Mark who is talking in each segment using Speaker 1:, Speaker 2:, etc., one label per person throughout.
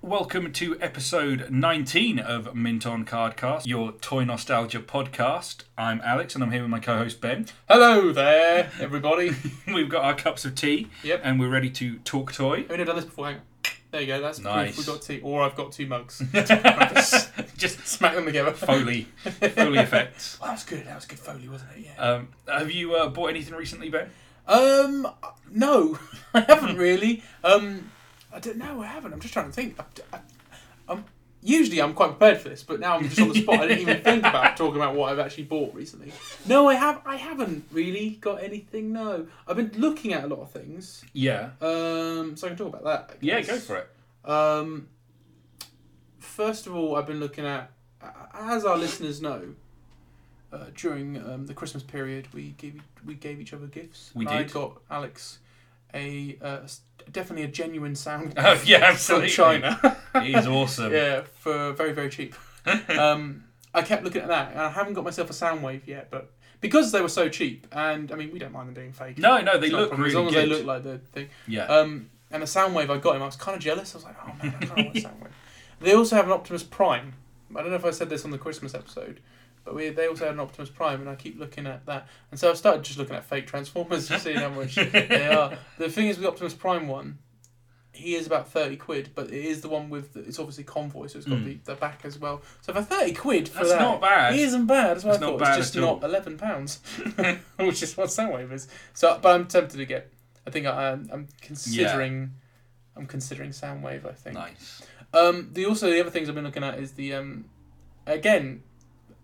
Speaker 1: Welcome to episode 19 of Mint on Cardcast, your toy nostalgia podcast. I'm Alex and I'm here with my co host Ben.
Speaker 2: Hello there, everybody.
Speaker 1: We've got our cups of tea
Speaker 2: Yep.
Speaker 1: and we're ready to talk toy.
Speaker 2: I've never done this before. Hang on. There you go. That's
Speaker 1: Nice.
Speaker 2: proof we got tea, or I've got two mugs. just
Speaker 1: Just
Speaker 2: smack them together.
Speaker 1: Foley, Foley effects.
Speaker 2: Well, that was good. That was good Foley, wasn't it? Yeah.
Speaker 1: Um, have you uh, bought anything recently, Ben?
Speaker 2: Um, no, I haven't really. Um, I don't know. I haven't. I'm just trying to think. I, am usually I'm quite prepared for this, but now I'm just on the spot. I didn't even think about talking about what I've actually bought recently. No, I have. I haven't really got anything. No, I've been looking at a lot of things.
Speaker 1: Yeah.
Speaker 2: Um, so I can talk about that. I
Speaker 1: Yeah,
Speaker 2: guess.
Speaker 1: go for it.
Speaker 2: Um, first of all, I've been looking at, as our listeners know, uh, during um, the Christmas period, we gave we gave each other gifts.
Speaker 1: We
Speaker 2: I
Speaker 1: did.
Speaker 2: got Alex a uh, s- definitely a genuine sound
Speaker 1: Oh, yeah,
Speaker 2: from
Speaker 1: absolutely.
Speaker 2: China.
Speaker 1: It is awesome.
Speaker 2: yeah, for very very cheap. um, I kept looking at that, and I haven't got myself a sound wave yet, but because they were so cheap, and I mean, we don't mind them being fake.
Speaker 1: No, no, they
Speaker 2: It's not a
Speaker 1: look
Speaker 2: problem,
Speaker 1: really
Speaker 2: as long
Speaker 1: good.
Speaker 2: as they look like the thing.
Speaker 1: yeah.
Speaker 2: Um, and the Soundwave I got him, I was kind of jealous. I was like, oh man, I kind of want a Soundwave. They also have an Optimus Prime. I don't know if I said this on the Christmas episode, but we, they also had an Optimus Prime, and I keep looking at that. And so I've started just looking at fake Transformers to see how much they are. The thing is, with the Optimus Prime one, he is about 30 quid, but it is the one with, the, it's obviously Convoy, so it's got
Speaker 1: Mm.
Speaker 2: the, the back as well. So for 30 quid for
Speaker 1: That's
Speaker 2: that.
Speaker 1: not bad.
Speaker 2: It isn't bad. That's what
Speaker 1: It's
Speaker 2: I
Speaker 1: not
Speaker 2: thought.
Speaker 1: bad
Speaker 2: it's just
Speaker 1: at all.
Speaker 2: not eleven pounds, which is what Soundwave is. So, but I'm tempted to get. I think I, I'm, I'm considering. I'm considering Soundwave. I think.
Speaker 1: Nice.
Speaker 2: Um. The also the other things I've been looking at is the um, again,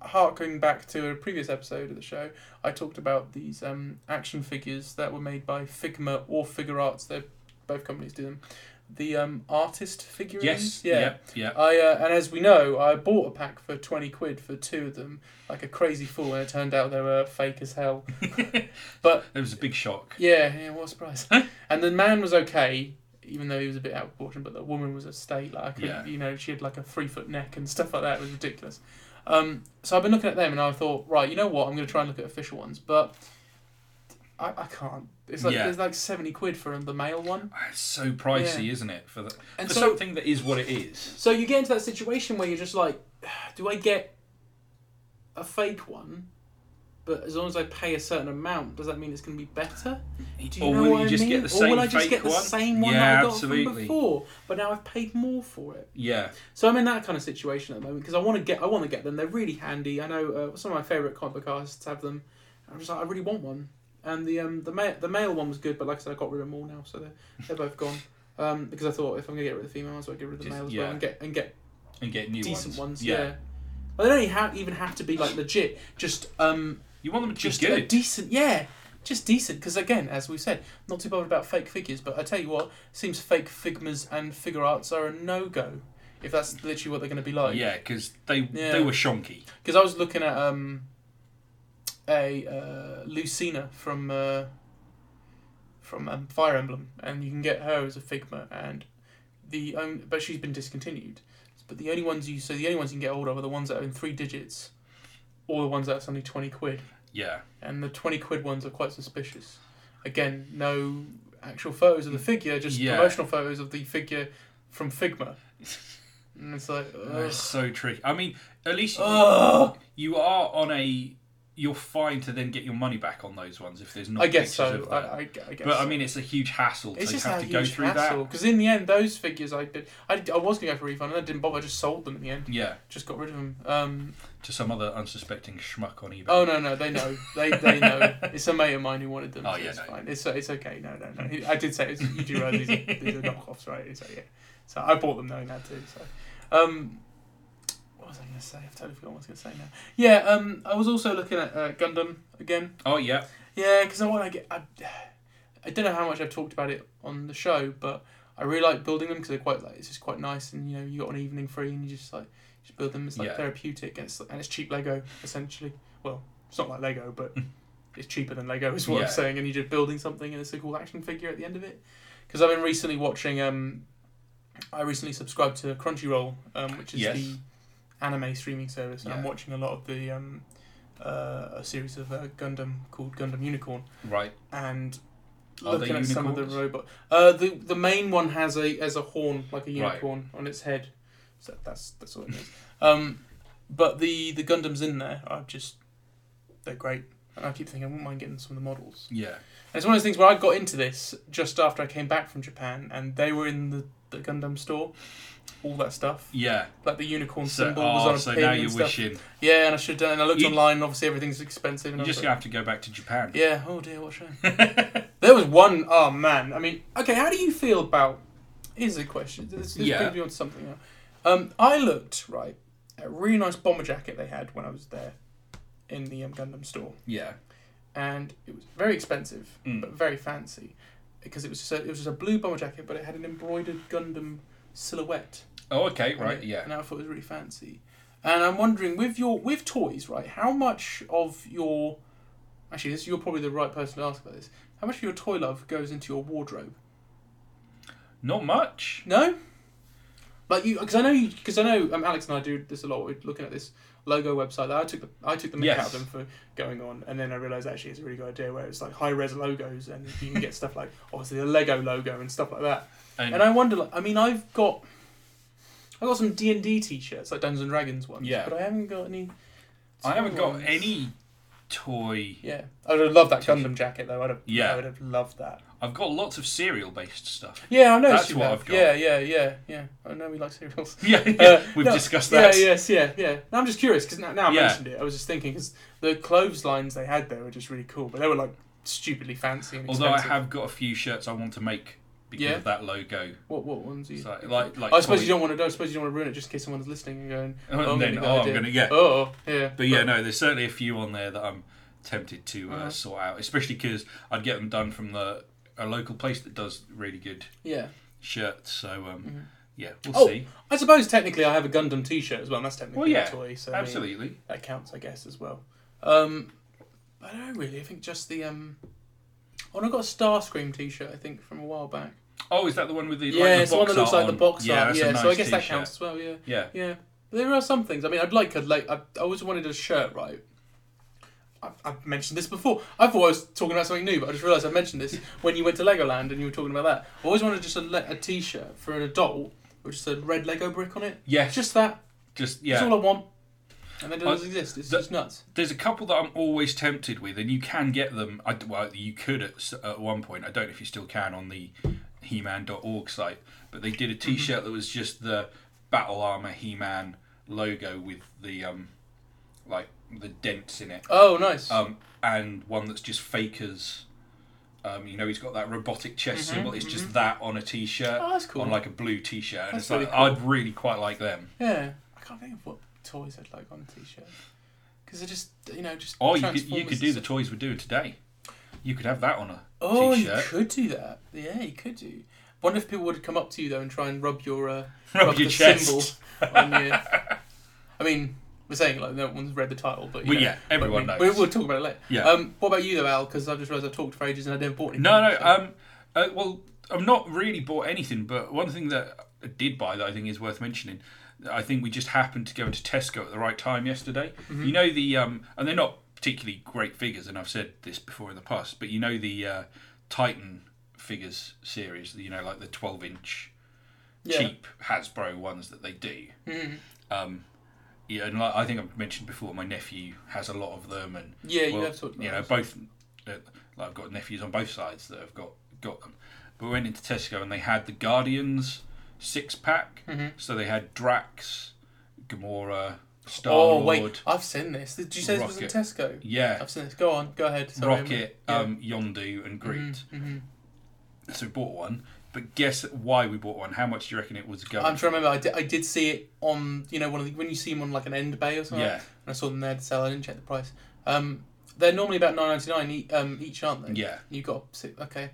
Speaker 2: harking back to a previous episode of the show, I talked about these um action figures that were made by Figma or Figure Arts. They both companies do them. The um artist figurines.
Speaker 1: Yes. Yeah. Yeah.
Speaker 2: I uh, and as we know, I bought a pack for twenty quid for two of them, like a crazy fool, and it turned out they were fake as hell. But-
Speaker 1: it was a big shock.
Speaker 2: Yeah, yeah, what a surprise! and the man was okay, even though he was a bit out of proportion. But the woman was a state, like I couldn't-
Speaker 1: Yeah.
Speaker 2: you know, she had like a three foot neck and stuff like that. It was ridiculous. Um, so I've been looking at them, and I thought, right, you know what? I'm going to try and look at official ones, but I, I can't. It's like
Speaker 1: Yeah.
Speaker 2: there's like seventy quid for the male one.
Speaker 1: It's so pricey, isn't it? For, the,
Speaker 2: And
Speaker 1: for
Speaker 2: so-
Speaker 1: something that is what it is.
Speaker 2: So you get into that situation where you're just like, do I get a fake one? But as long as I pay a certain amount, does that mean it's going to be better? Do you
Speaker 1: or
Speaker 2: know
Speaker 1: will
Speaker 2: what
Speaker 1: you
Speaker 2: I
Speaker 1: just
Speaker 2: mean?
Speaker 1: get the
Speaker 2: or
Speaker 1: same
Speaker 2: will I just
Speaker 1: fake
Speaker 2: get the
Speaker 1: one?
Speaker 2: same one
Speaker 1: Yeah,
Speaker 2: that I got from
Speaker 1: absolutely.
Speaker 2: before? But now I've paid more for it.
Speaker 1: Yeah.
Speaker 2: So I'm in that kind of situation at the moment because I want to get I want to get them. They're really handy. I know uh, some of my favourite comic book artists have them. I'm just like I really want one. And the um the male the male one was good, but like I said, I got rid of them all now, so they're, they're both gone. Um, because I thought if I'm gonna get rid of the female, I might as well get rid of the
Speaker 1: Just-
Speaker 2: male as
Speaker 1: yeah.
Speaker 2: well and get and get
Speaker 1: And get new
Speaker 2: decent ones.
Speaker 1: Yeah.
Speaker 2: Yeah. But they don't even have, even have to be like legit. Just um,
Speaker 1: You want them to
Speaker 2: just
Speaker 1: be
Speaker 2: a
Speaker 1: good.
Speaker 2: decent, yeah, just decent. Because again, as we said, not too bothered about fake figures. But I tell you what, seems fake figmas and figure arts are a no go. If that's literally what they're going to be like.
Speaker 1: yeah, because they
Speaker 2: Yeah.
Speaker 1: they were shonky.
Speaker 2: Because I was looking at um, a uh, Lucina from uh, from um, Fire Emblem, and you can get her as a Figma, and the um, but she's been discontinued. But the only ones you so the only ones you can get hold of are the ones that are in three digits, or the ones that are only twenty quid,
Speaker 1: Yeah.
Speaker 2: and the twenty quid ones are quite suspicious. Again, no actual photos of the figure, just
Speaker 1: Yeah.
Speaker 2: promotional photos of the figure from Figma. And it's like, ugh.
Speaker 1: It's so tricky. I mean, at least
Speaker 2: Ugh.
Speaker 1: you are on a. You're fine to then get your money back on those ones if there's not.
Speaker 2: uh, I guess
Speaker 1: pictures Of
Speaker 2: so. I,
Speaker 1: that.
Speaker 2: I, I guess.
Speaker 1: but I
Speaker 2: so.
Speaker 1: mean, it's a huge hassle to
Speaker 2: It's just
Speaker 1: have
Speaker 2: a
Speaker 1: to go
Speaker 2: huge
Speaker 1: through
Speaker 2: hassle because in the end, those figures I did, I, I was gonna go for a refund and I didn't bother. I just sold them in the end.
Speaker 1: that. Yeah,
Speaker 2: Just got rid of them. Um,
Speaker 1: to some other unsuspecting schmuck on eBay.
Speaker 2: oh no, no, they know. They they know. It's a mate of mine who wanted them.
Speaker 1: Oh,
Speaker 2: so
Speaker 1: yeah,
Speaker 2: it's
Speaker 1: no.
Speaker 2: fine. It's it's okay. No, no, no. I did say it's, you do realise these, are- these are knockoffs, right? So yeah. So I bought them knowing that too. So. Um, what was I gonna say? I've totally forgotten what I was gonna say now. Yeah, um, I was also looking at uh, Gundam again.
Speaker 1: Oh yeah,
Speaker 2: Yeah, because I want to get. I, I don't know how much I've talked about it on the show, but I really like building them because they're quite like it's just quite nice, and you know you got an evening free, and you just like just build them. It's like
Speaker 1: Yeah.
Speaker 2: therapeutic, and it's and it's cheap Lego essentially. Well, it's not like Lego, but it's cheaper than Lego is what
Speaker 1: Hmm. Yeah.
Speaker 2: I'm saying, and you're just building something, and it's a cool action figure at the end of it. Because I've been recently watching. Um, I recently subscribed to Crunchyroll, um, which is
Speaker 1: Yes.
Speaker 2: the anime streaming service, and I'm
Speaker 1: Yeah.
Speaker 2: watching a lot of the um, uh, a series of uh, Gundam called Gundam Unicorn,
Speaker 1: right.
Speaker 2: and
Speaker 1: Are they
Speaker 2: looking at some of the
Speaker 1: unicorns?
Speaker 2: robot. Uh, the the main one has a has a horn like a
Speaker 1: Right.
Speaker 2: unicorn on its head, so that's that's all it is. um, but the the Gundams in there are just they're great, and I keep thinking I wouldn't mind getting some of the models.
Speaker 1: Yeah.
Speaker 2: And it's one of those things where I got into this just after I came back from Japan, and they were in the, the Gundam store, all that stuff
Speaker 1: Yeah.
Speaker 2: like the unicorn
Speaker 1: So,
Speaker 2: symbol was on
Speaker 1: oh,
Speaker 2: a
Speaker 1: so
Speaker 2: pin
Speaker 1: now
Speaker 2: and
Speaker 1: you're
Speaker 2: stuff.
Speaker 1: wishing.
Speaker 2: Yeah, and I should. And I looked
Speaker 1: You-
Speaker 2: online. and Obviously, everything's expensive. And
Speaker 1: You're
Speaker 2: I was
Speaker 1: just
Speaker 2: like,
Speaker 1: going to have to go back to Japan.
Speaker 2: yeah. Oh dear, what a shame. there was one oh man. I mean, okay. How do you feel about? Here's a question. This, this
Speaker 1: Yeah.
Speaker 2: brings me on to something. Else. Um, I looked right at a really nice bomber jacket they had when I was there in the um, Gundam store,
Speaker 1: Yeah.
Speaker 2: and it was very expensive
Speaker 1: Mm.
Speaker 2: but very fancy because it was just a, it was just a blue bomber jacket, but it had an embroidered Gundam silhouette
Speaker 1: Oh, okay. Right.
Speaker 2: it,
Speaker 1: Yeah.
Speaker 2: And I thought it was really fancy. And I'm wondering with your with toys, right? How much of your actually, this, you're probably the right person to ask about this. How much of your toy love goes into your wardrobe?
Speaker 1: Not much.
Speaker 2: No, like you, because I know you, because I know um, Alex and I do this a lot. We're looking at this logo website that I took the I took the mick
Speaker 1: Yes.
Speaker 2: out of them for going on, and then I realised actually it's a really good idea where it's like high res logos, and you can get stuff like obviously the Lego logo and stuff like that.
Speaker 1: And,
Speaker 2: And I wonder, like, I mean, I've got, I got some D and D t-shirts, like Dungeons and Dragons ones.
Speaker 1: Yeah.
Speaker 2: But I haven't got any.
Speaker 1: I haven't got
Speaker 2: ones.
Speaker 1: any toy.
Speaker 2: Yeah, I would have loved that
Speaker 1: T-shirt.
Speaker 2: Gundam jacket though. I'd have.
Speaker 1: Yeah.
Speaker 2: I would have loved that.
Speaker 1: I've got lots of cereal based stuff.
Speaker 2: Yeah, I know.
Speaker 1: That's what I've got.
Speaker 2: Yeah, yeah, yeah, yeah. I know we like cereals.
Speaker 1: Yeah.
Speaker 2: Uh,
Speaker 1: We've
Speaker 2: no,
Speaker 1: discussed that.
Speaker 2: Yeah, yes, yeah, yeah. Now I'm just curious because now, now I
Speaker 1: Yeah.
Speaker 2: mentioned it, I was just thinking because the clothes lines they had there were just really cool, but they were like stupidly fancy and
Speaker 1: Although I
Speaker 2: expensive.
Speaker 1: have got a few shirts I want to make because
Speaker 2: Yeah.
Speaker 1: of that logo.
Speaker 2: What what ones? Are you
Speaker 1: So, like, like
Speaker 2: I suppose
Speaker 1: toy-
Speaker 2: you don't want to. I suppose you don't want to ruin it just in case someone's listening and going,
Speaker 1: And
Speaker 2: "Oh, I'm
Speaker 1: then,
Speaker 2: gonna
Speaker 1: oh,
Speaker 2: go
Speaker 1: I'm
Speaker 2: do-
Speaker 1: gonna- yeah.
Speaker 2: Oh, yeah.
Speaker 1: But yeah, no, there's certainly a few on there that I'm tempted to uh,
Speaker 2: Uh-huh.
Speaker 1: sort out, especially because I'd get them done from the a local place that does really good
Speaker 2: Yeah.
Speaker 1: shirts. So um,
Speaker 2: Mhm.
Speaker 1: yeah, we'll
Speaker 2: Oh,
Speaker 1: see.
Speaker 2: I suppose technically I have a Gundam T-shirt as well. And that's technically
Speaker 1: Well, yeah,
Speaker 2: a toy, so I mean,
Speaker 1: Absolutely.
Speaker 2: that counts, I guess, as well. Um, but I don't know, really. I think just the um. Oh, and I got a Starscream T-shirt. I think from a while back.
Speaker 1: Oh, is that the one with the like,
Speaker 2: yeah,
Speaker 1: the
Speaker 2: it's the one
Speaker 1: box
Speaker 2: that looks
Speaker 1: art
Speaker 2: like the
Speaker 1: on?
Speaker 2: box
Speaker 1: yeah,
Speaker 2: art.
Speaker 1: that's a
Speaker 2: Yeah,
Speaker 1: nice
Speaker 2: so I guess that
Speaker 1: t-shirt.
Speaker 2: counts as well. Yeah,
Speaker 1: Yeah,
Speaker 2: yeah. But there are some things. I mean, I'd like. I'd like. I, I always wanted a shirt, right? I've, I've mentioned this before. I thought I was talking about something new, but I just realised I mentioned this when you went to Legoland and you were talking about that. I always wanted just a, le- a T-shirt for an adult with just a red Lego brick on it.
Speaker 1: yes,
Speaker 2: It's
Speaker 1: just,
Speaker 2: just that. That's
Speaker 1: yeah.
Speaker 2: all I want. And that doesn't
Speaker 1: I-
Speaker 2: exist. It's
Speaker 1: the-
Speaker 2: just nuts.
Speaker 1: There's a couple that I'm always tempted with, and you can get them. I, well, you could at, s- at one point. I don't know if you still can on the He-Man.org site, but they did a
Speaker 2: Mm-hmm.
Speaker 1: T-shirt that was just the Battle Armor He-Man logo with the um, like the dents in it,
Speaker 2: Oh, nice.
Speaker 1: um, and one that's just Faker's. Um, you know, he's got that robotic chest
Speaker 2: Mhm,
Speaker 1: symbol. It's just that on a T-shirt,
Speaker 2: oh, that's cool.
Speaker 1: on like a blue T-shirt, and
Speaker 2: That's
Speaker 1: it's like
Speaker 2: really
Speaker 1: I'd really quite like them.
Speaker 2: yeah. I can't think of what toys I'd like on a T-shirt because they're just you know just.
Speaker 1: Or Oh, you could you
Speaker 2: Transformers
Speaker 1: could do
Speaker 2: and
Speaker 1: the toys we're doing today. You could have that on a
Speaker 2: Oh,
Speaker 1: T-shirt.
Speaker 2: you could do that. Yeah, you could do. Wonder if people would come up to you though and try and rub your uh,
Speaker 1: rub your
Speaker 2: the
Speaker 1: chest.
Speaker 2: symbol on your. I mean, we're saying like no one's read the title, but you
Speaker 1: Well,
Speaker 2: know,
Speaker 1: yeah, everyone
Speaker 2: but, I mean,
Speaker 1: knows.
Speaker 2: We, we'll talk about it later.
Speaker 1: Yeah.
Speaker 2: Um, what about you though, Al? Because I've just realised I've talked for ages and I never bought anything.
Speaker 1: no, no.
Speaker 2: so-
Speaker 1: Um, uh, well, I'm not really bought anything, but one thing that I did buy that I think is worth mentioning. I think we just happened to go into Tesco at the right time yesterday.
Speaker 2: Mm-hmm.
Speaker 1: You know the um, and they're not particularly great figures, and I've said this before in the past, but you know the uh, Titan figures series. You know, like the 12 inch
Speaker 2: Yeah.
Speaker 1: cheap Hasbro ones that they do.
Speaker 2: Mhm.
Speaker 1: Um, yeah, and like I think I've mentioned before, my nephew has a lot of them, and
Speaker 2: Yeah, you
Speaker 1: well,
Speaker 2: have talked. About
Speaker 1: you know,
Speaker 2: this.
Speaker 1: both. uh, Like I've got nephews on both sides that have got got them. But we went into Tesco and they had the Guardians six pack.
Speaker 2: Mhm.
Speaker 1: So they had Drax, Gamora, Star
Speaker 2: Oh
Speaker 1: Lord,
Speaker 2: wait, I've seen this. Did you say this was in Tesco?
Speaker 1: yeah,
Speaker 2: I've seen this. Go on, go ahead. Sorry, I'm-
Speaker 1: Rocket,
Speaker 2: yeah.
Speaker 1: um, Yondu, and Groot.
Speaker 2: Mhm.
Speaker 1: So we bought one. But guess why we bought one? How much do you reckon it was going?
Speaker 2: I'm trying to remember. I did, I did see it on you know one of the, when you see them on like an end bay or something.
Speaker 1: Yeah,
Speaker 2: And I saw them there to sell. I didn't check the price. Um, they're normally about nine ninety nine e- um, each, aren't they?
Speaker 1: yeah.
Speaker 2: You got si okay.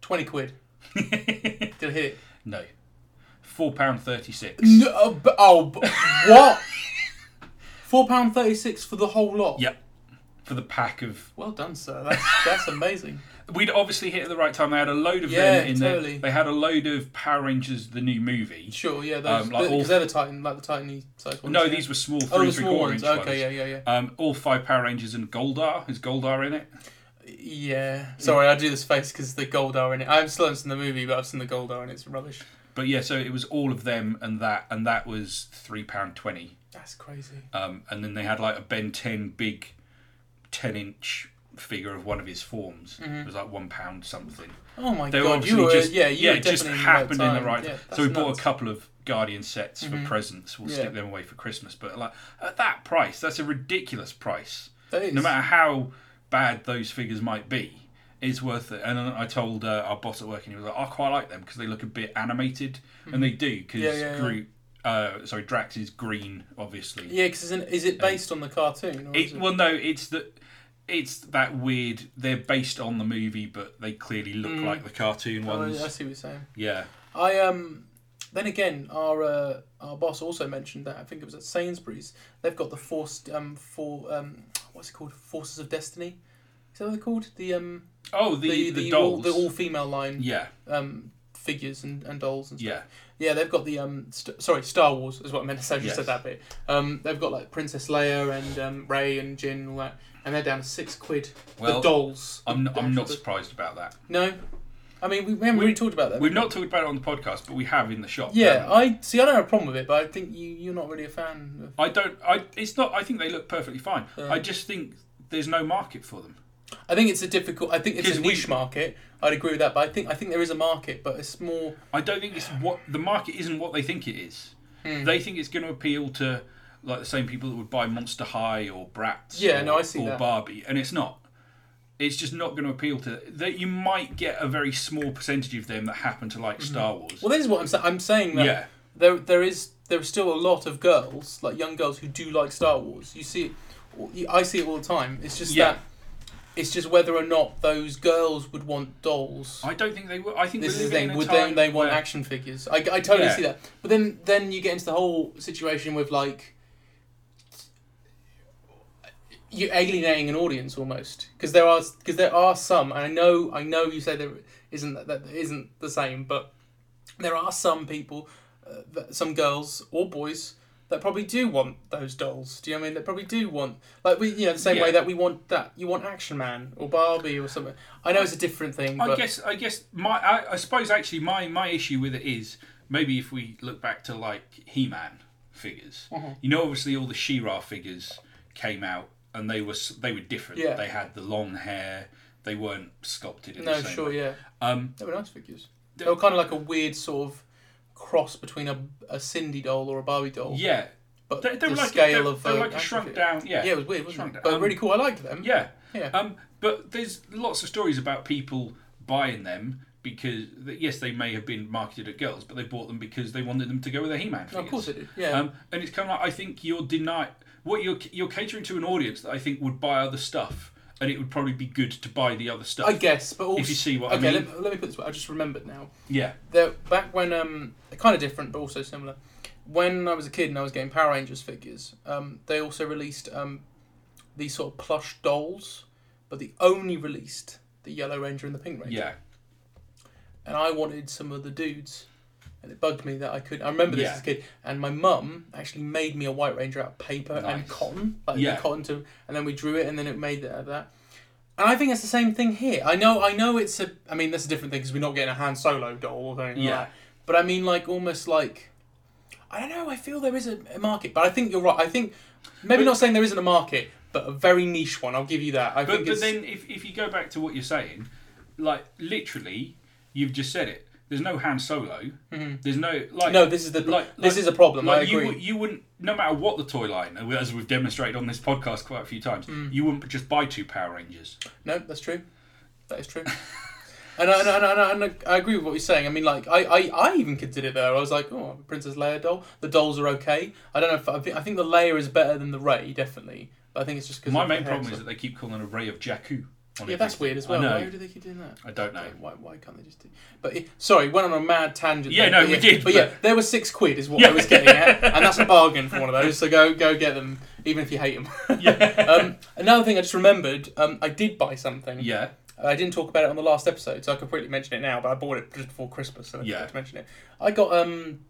Speaker 2: Twenty quid. Did I hit it?
Speaker 1: no, four pound thirty six.
Speaker 2: No, oh, b- oh, b- what? Four pound thirty six for the whole lot.
Speaker 1: Yeah. for the pack of
Speaker 2: Well done, sir. That's, that's amazing.
Speaker 1: We'd obviously hit at the right time. They had a load of
Speaker 2: Yeah,
Speaker 1: them in
Speaker 2: totally.
Speaker 1: there. They had a load of Power Rangers the new movie.
Speaker 2: Sure, yeah, those
Speaker 1: Um, like
Speaker 2: because
Speaker 1: all-
Speaker 2: they're the Titan, like the Titan size ones.
Speaker 1: No,
Speaker 2: yeah.
Speaker 1: these were small three
Speaker 2: oh, the
Speaker 1: and three
Speaker 2: small
Speaker 1: quarter
Speaker 2: ones.
Speaker 1: inch
Speaker 2: Okay,
Speaker 1: ones.
Speaker 2: yeah, yeah, yeah.
Speaker 1: Um, all five Power Rangers and Goldar. Is Goldar in it?
Speaker 2: Yeah. Sorry, I do this face because the Goldar in it. I still haven't seen the movie, but I've seen the Goldar and it's rubbish.
Speaker 1: But yeah, so it was all of them and that, and that was three pound twenty.
Speaker 2: That's crazy.
Speaker 1: Um, and then they had like a Ben Ten big, ten inch figure of one of his forms.
Speaker 2: Mm-hmm.
Speaker 1: It was like one pound something.
Speaker 2: Oh my
Speaker 1: They were
Speaker 2: god,
Speaker 1: obviously
Speaker 2: you were
Speaker 1: just
Speaker 2: yeah, you
Speaker 1: yeah,
Speaker 2: were
Speaker 1: it just
Speaker 2: definitely
Speaker 1: happened
Speaker 2: in
Speaker 1: in the right.
Speaker 2: time. Yeah,
Speaker 1: so we
Speaker 2: that's
Speaker 1: bought
Speaker 2: nuts. Mm-hmm.
Speaker 1: a couple of Guardian sets for presents. We'll
Speaker 2: Yeah.
Speaker 1: stick them away for Christmas. But like at that price, that's a ridiculous price.
Speaker 2: That is.
Speaker 1: no matter how bad those figures might be, is worth it. And I told uh, our boss at work, and he was like, "I quite like them because they look a bit animated, and they do because
Speaker 2: Mm-hmm. Yeah, yeah, yeah.
Speaker 1: Groot, uh, sorry, Drax is green, obviously.
Speaker 2: Yeah, because is it based on the cartoon? Or is
Speaker 1: It, well, no, it's the it's that weird. They're based on the movie, but they clearly look like the cartoon
Speaker 2: Mm-hmm. Oh, I
Speaker 1: ones.
Speaker 2: see what you're saying.
Speaker 1: yeah,
Speaker 2: I um. Then again, our uh, our boss also mentioned that I think it was at Sainsbury's. They've got the forced um for um what's it called Forces of Destiny. Is that what they're called? The um
Speaker 1: Oh, the the,
Speaker 2: all,
Speaker 1: dolls.
Speaker 2: the all female line
Speaker 1: yeah,
Speaker 2: um figures and, and dolls and stuff.
Speaker 1: yeah,
Speaker 2: Yeah, they've got the um, st- sorry, Star Wars is what I meant. So I just
Speaker 1: Yes.
Speaker 2: said that bit. Um, they've got like Princess Leia and um, Ray and Jin and all that, and they're down to six quid. the
Speaker 1: Well,
Speaker 2: dolls.
Speaker 1: I'm
Speaker 2: The- the
Speaker 1: I'm not
Speaker 2: actual-
Speaker 1: surprised about that.
Speaker 2: No, I mean we, we haven't
Speaker 1: We-
Speaker 2: really talked about that.
Speaker 1: We've not talked about it on the podcast, but we have in the shop. Um,
Speaker 2: yeah,
Speaker 1: haven't we?
Speaker 2: I see. I don't have a problem with it, but I think you you're not really a fan. of...
Speaker 1: I don't. I. It's not. I think they look perfectly fine. I just think there's no market for them.
Speaker 2: I think it's a difficult. I think it's a
Speaker 1: 'Cause we-
Speaker 2: niche market. I'd agree with that, but I think I think there is a market, but it's more.
Speaker 1: I don't think it's what the market isn't what they think it is.
Speaker 2: Hmm.
Speaker 1: They think it's going to appeal to like the same people that would buy Monster High or Bratz.
Speaker 2: Yeah,
Speaker 1: or,
Speaker 2: no, I see
Speaker 1: or
Speaker 2: that.
Speaker 1: Barbie, and it's not. It's just not going to appeal to that. You might get a very small percentage of them that happen to like Star Wars.
Speaker 2: Mm-hmm. Well, this is what I'm saying. I'm saying that
Speaker 1: Yeah.
Speaker 2: there there is there is still a lot of girls, like young girls, who do like Star Wars. You see, it, I see it all the time. It's just
Speaker 1: Yeah.
Speaker 2: that it's just whether or not those girls would want dolls.
Speaker 1: I don't think they would. I think
Speaker 2: this
Speaker 1: we're
Speaker 2: is the
Speaker 1: living
Speaker 2: thing.
Speaker 1: in a
Speaker 2: Would
Speaker 1: time
Speaker 2: then they want
Speaker 1: where-
Speaker 2: action figures? I, I totally
Speaker 1: Yeah.
Speaker 2: see that. But then then you get into the whole situation with like you alienating an audience almost because there are because there are some and I know I know you say there isn't that, that isn't the same but there are some people uh, that, some girls or boys that probably do want those dolls do you know what I mean they probably do want like we you know the same way
Speaker 1: Yeah.
Speaker 2: that we want that you want Action Man or Barbie or something I know it's a different thing
Speaker 1: I
Speaker 2: but
Speaker 1: guess I guess my I, I suppose actually my my issue with it is maybe if we look back to like He Man figures,
Speaker 2: Mm-hmm.
Speaker 1: you know, obviously all the She-Ra figures came out and they were s- they were different.
Speaker 2: Yeah.
Speaker 1: They had the long hair. They weren't sculpted in
Speaker 2: no
Speaker 1: the same
Speaker 2: sure
Speaker 1: way.
Speaker 2: yeah
Speaker 1: Um,
Speaker 2: They were nice figures. They were kind of like a weird sort of cross between a, a Cindy doll or a Barbie doll.
Speaker 1: yeah,
Speaker 2: but
Speaker 1: they, they
Speaker 2: the
Speaker 1: were like
Speaker 2: scale
Speaker 1: they,
Speaker 2: of
Speaker 1: they
Speaker 2: uh,
Speaker 1: were like a
Speaker 2: action
Speaker 1: shrunk
Speaker 2: figure.
Speaker 1: down. Yeah,
Speaker 2: Yeah, it was weird, wasn't
Speaker 1: shrunk
Speaker 2: it?
Speaker 1: down.
Speaker 2: But
Speaker 1: Um,
Speaker 2: really cool. I liked them.
Speaker 1: Yeah.
Speaker 2: Yeah.
Speaker 1: Um, but there's lots of stories about people buying them because yes, they may have been marketed at girls, but they bought them because they wanted them to go with their He-Man
Speaker 2: No,
Speaker 1: figures.
Speaker 2: of course it did. Yeah.
Speaker 1: Um, and it's kind of like I think you're deny what you're you're catering to an audience that I think would buy other stuff, and it would probably be good to buy the other stuff.
Speaker 2: I guess, but also
Speaker 1: if you see what I
Speaker 2: okay,
Speaker 1: mean.
Speaker 2: let, let me put this. way. I just remembered now.
Speaker 1: yeah,
Speaker 2: They're back when um, they're kind of different, but also similar. When I was a kid and I was getting Power Rangers figures, um, they also released um, these sort of plush dolls, but they only released the Yellow Ranger and the Pink Ranger.
Speaker 1: yeah,
Speaker 2: and I wanted some of the dudes. And it bugged me that I could. I remember this
Speaker 1: Yeah.
Speaker 2: as a kid, and my mum actually made me a White Ranger out of paper and
Speaker 1: Nice.
Speaker 2: cotton, like
Speaker 1: Yeah.
Speaker 2: cotton to, and then we drew it, and then it made that. that. And I think it's the same thing here. I know, I know it's a. I mean, that's a different thing because we're not getting a Han Solo doll or anything.
Speaker 1: Yeah.
Speaker 2: Like that. But I mean, like almost like, I don't know. I feel there is a, a market, but I think you're right. I think maybe not saying there isn't a market, but a very niche one. I'll give you that. I
Speaker 1: but
Speaker 2: think.
Speaker 1: but
Speaker 2: it's,
Speaker 1: then if if you go back to what you're saying, like literally, you've just said it. There's no Han Solo. There's no like
Speaker 2: Mm-hmm. no, this is the
Speaker 1: like-
Speaker 2: this
Speaker 1: like-
Speaker 2: is a problem. I
Speaker 1: Like you,
Speaker 2: agree.
Speaker 1: wou- you wouldn't, no matter what the toy line, as we've demonstrated on this podcast quite a few times,
Speaker 2: Mm.
Speaker 1: you wouldn't just buy two Power Rangers.
Speaker 2: No, that's true. That is true. and, I, and, I, and, I, and I- I agree with what you're saying. I mean, like, I, I, I even considered there. I was like, oh, Princess Leia doll. The dolls are okay. I don't know if I think, I think the Leia is better than the Ray, definitely. But I think it's just because
Speaker 1: My main problem is that they keep calling a Ray of Jakku. On
Speaker 2: yeah, that's
Speaker 1: everything.
Speaker 2: weird as well.
Speaker 1: I know.
Speaker 2: Why do they keep doing that?
Speaker 1: I don't know.
Speaker 2: Why, why can't they just do? But it, sorry, went on a mad tangent.
Speaker 1: Yeah,
Speaker 2: there,
Speaker 1: no,
Speaker 2: but
Speaker 1: we
Speaker 2: yeah,
Speaker 1: did,
Speaker 2: But, yeah,
Speaker 1: but-
Speaker 2: there was six quid is what I
Speaker 1: Yeah.
Speaker 2: was getting at, and that's a bargain for one of those. So go go get them, even if you hate them.
Speaker 1: Yeah.
Speaker 2: um, another thing I just remembered, um, I did buy something.
Speaker 1: yeah.
Speaker 2: I didn't talk about it on the last episode, so I could probably mention it now. But I bought it just before Christmas, so I
Speaker 1: Yeah.
Speaker 2: forgot to mention it. I got um,